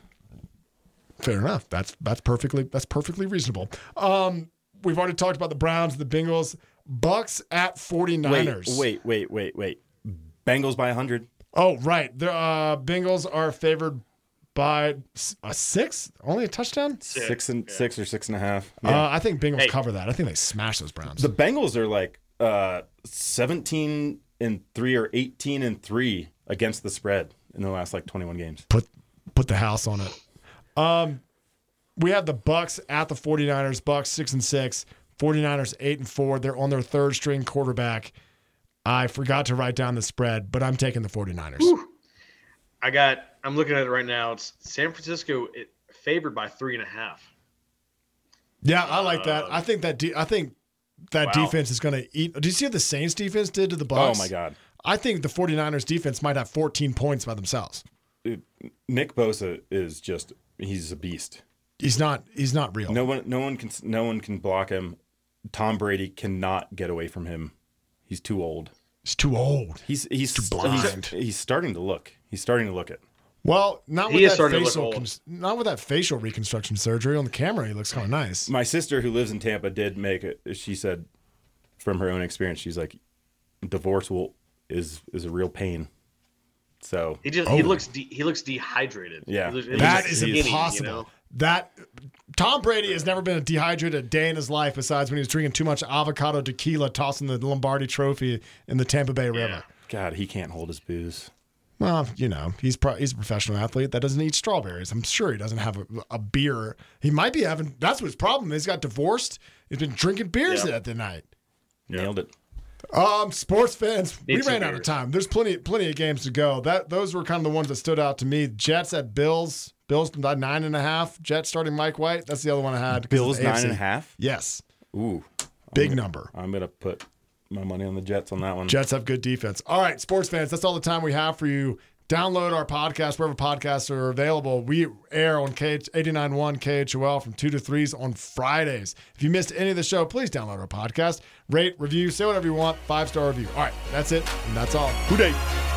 [SPEAKER 2] Fair enough. That's that's perfectly that's perfectly reasonable. Um, we've already talked about the Browns, the Bengals. Bucks at 49ers.
[SPEAKER 5] Wait, wait, wait, wait, wait.
[SPEAKER 4] Bengals by 100.
[SPEAKER 2] Oh, right. The uh, Bengals are favored by s- a six, only a touchdown.
[SPEAKER 3] Yeah.
[SPEAKER 4] Six and six or six and a half.
[SPEAKER 2] Uh, I think Bengals
[SPEAKER 3] Hey.
[SPEAKER 2] cover that. I think they smash those Browns.
[SPEAKER 4] The Bengals are like uh, 17 and 3 or 18 and 3 against the spread in the last like 21 games.
[SPEAKER 2] put put the house on it. Um, we have the Bucks at the 49ers. Bucks six and six. 49ers eight and four. They're on their third string quarterback. I forgot to write down the spread, but I'm taking the 49ers.
[SPEAKER 3] I got. I'm looking at it right now. It's San Francisco it, favored by three and a half.
[SPEAKER 2] Yeah, I like that. I think that de- I think that
[SPEAKER 3] Um, Wow.
[SPEAKER 2] defense is going to eat. Do you see what the Saints defense did to the
[SPEAKER 4] Oh
[SPEAKER 2] Bucks?
[SPEAKER 4] my god.
[SPEAKER 2] I think the 49ers defense might have 14 points by themselves.
[SPEAKER 4] Nick Bosa is just he's a beast.
[SPEAKER 2] He's not he's not real.
[SPEAKER 4] No one no one can no one can block him. Tom Brady cannot get away from him. He's too old.
[SPEAKER 2] He's too old.
[SPEAKER 4] He's he's
[SPEAKER 2] blind.
[SPEAKER 4] He's, he's starting to look. He's starting to look it.
[SPEAKER 2] Well, not
[SPEAKER 3] He
[SPEAKER 2] with
[SPEAKER 3] is
[SPEAKER 2] that
[SPEAKER 3] starting to look
[SPEAKER 2] facial
[SPEAKER 3] old.
[SPEAKER 2] cons- not with that facial reconstruction surgery on the camera. He looks kind of nice.
[SPEAKER 4] My sister who lives in Tampa did make it. She said from her own experience, she's like divorce will is is a real pain. So
[SPEAKER 3] He just he looks de- he looks dehydrated.
[SPEAKER 4] Yeah.
[SPEAKER 3] He looks- he
[SPEAKER 4] That
[SPEAKER 2] That
[SPEAKER 3] looks
[SPEAKER 2] is
[SPEAKER 3] skinny, you
[SPEAKER 2] impossible.
[SPEAKER 3] know?
[SPEAKER 2] That Tom Brady has never been dehydrated a day in his life besides when he was drinking too much avocado tequila, tossing the Lombardi Trophy in the Tampa Bay River.
[SPEAKER 4] God, he can't hold his booze.
[SPEAKER 2] Well, you know, he's pro- he's a professional athlete that doesn't eat strawberries. I'm sure he doesn't have a, a beer. He might be having. That's what his problem is. He got divorced. He's been drinking beers
[SPEAKER 3] Yeah.
[SPEAKER 2] at the night.
[SPEAKER 4] Nailed it.
[SPEAKER 2] Um, sports fans,
[SPEAKER 3] Need
[SPEAKER 2] we
[SPEAKER 3] some
[SPEAKER 2] ran out of
[SPEAKER 3] beers.
[SPEAKER 2] time. There's plenty, plenty of games to go. That those were kind of the ones that stood out to me. Jets at Bills. Bills by nine and a half. Jets starting Mike White. That's the other one I had. because of
[SPEAKER 4] Bills
[SPEAKER 2] the
[SPEAKER 4] nine
[SPEAKER 2] AFC.
[SPEAKER 4] and a half.
[SPEAKER 2] Yes,
[SPEAKER 4] Ooh,
[SPEAKER 2] big number.
[SPEAKER 4] I'm gonna put my money on the Jets on that one.
[SPEAKER 2] Jets have good defense. All right, sports fans, that's all the time we have for you. Download our podcast wherever podcasts are available. We air on KH 89.1 KHOL from 2 to 3s on Fridays. If you missed any of the show, please download our podcast. Rate, review, say whatever you want. Five star review. All right, that's it, and that's all. Who day?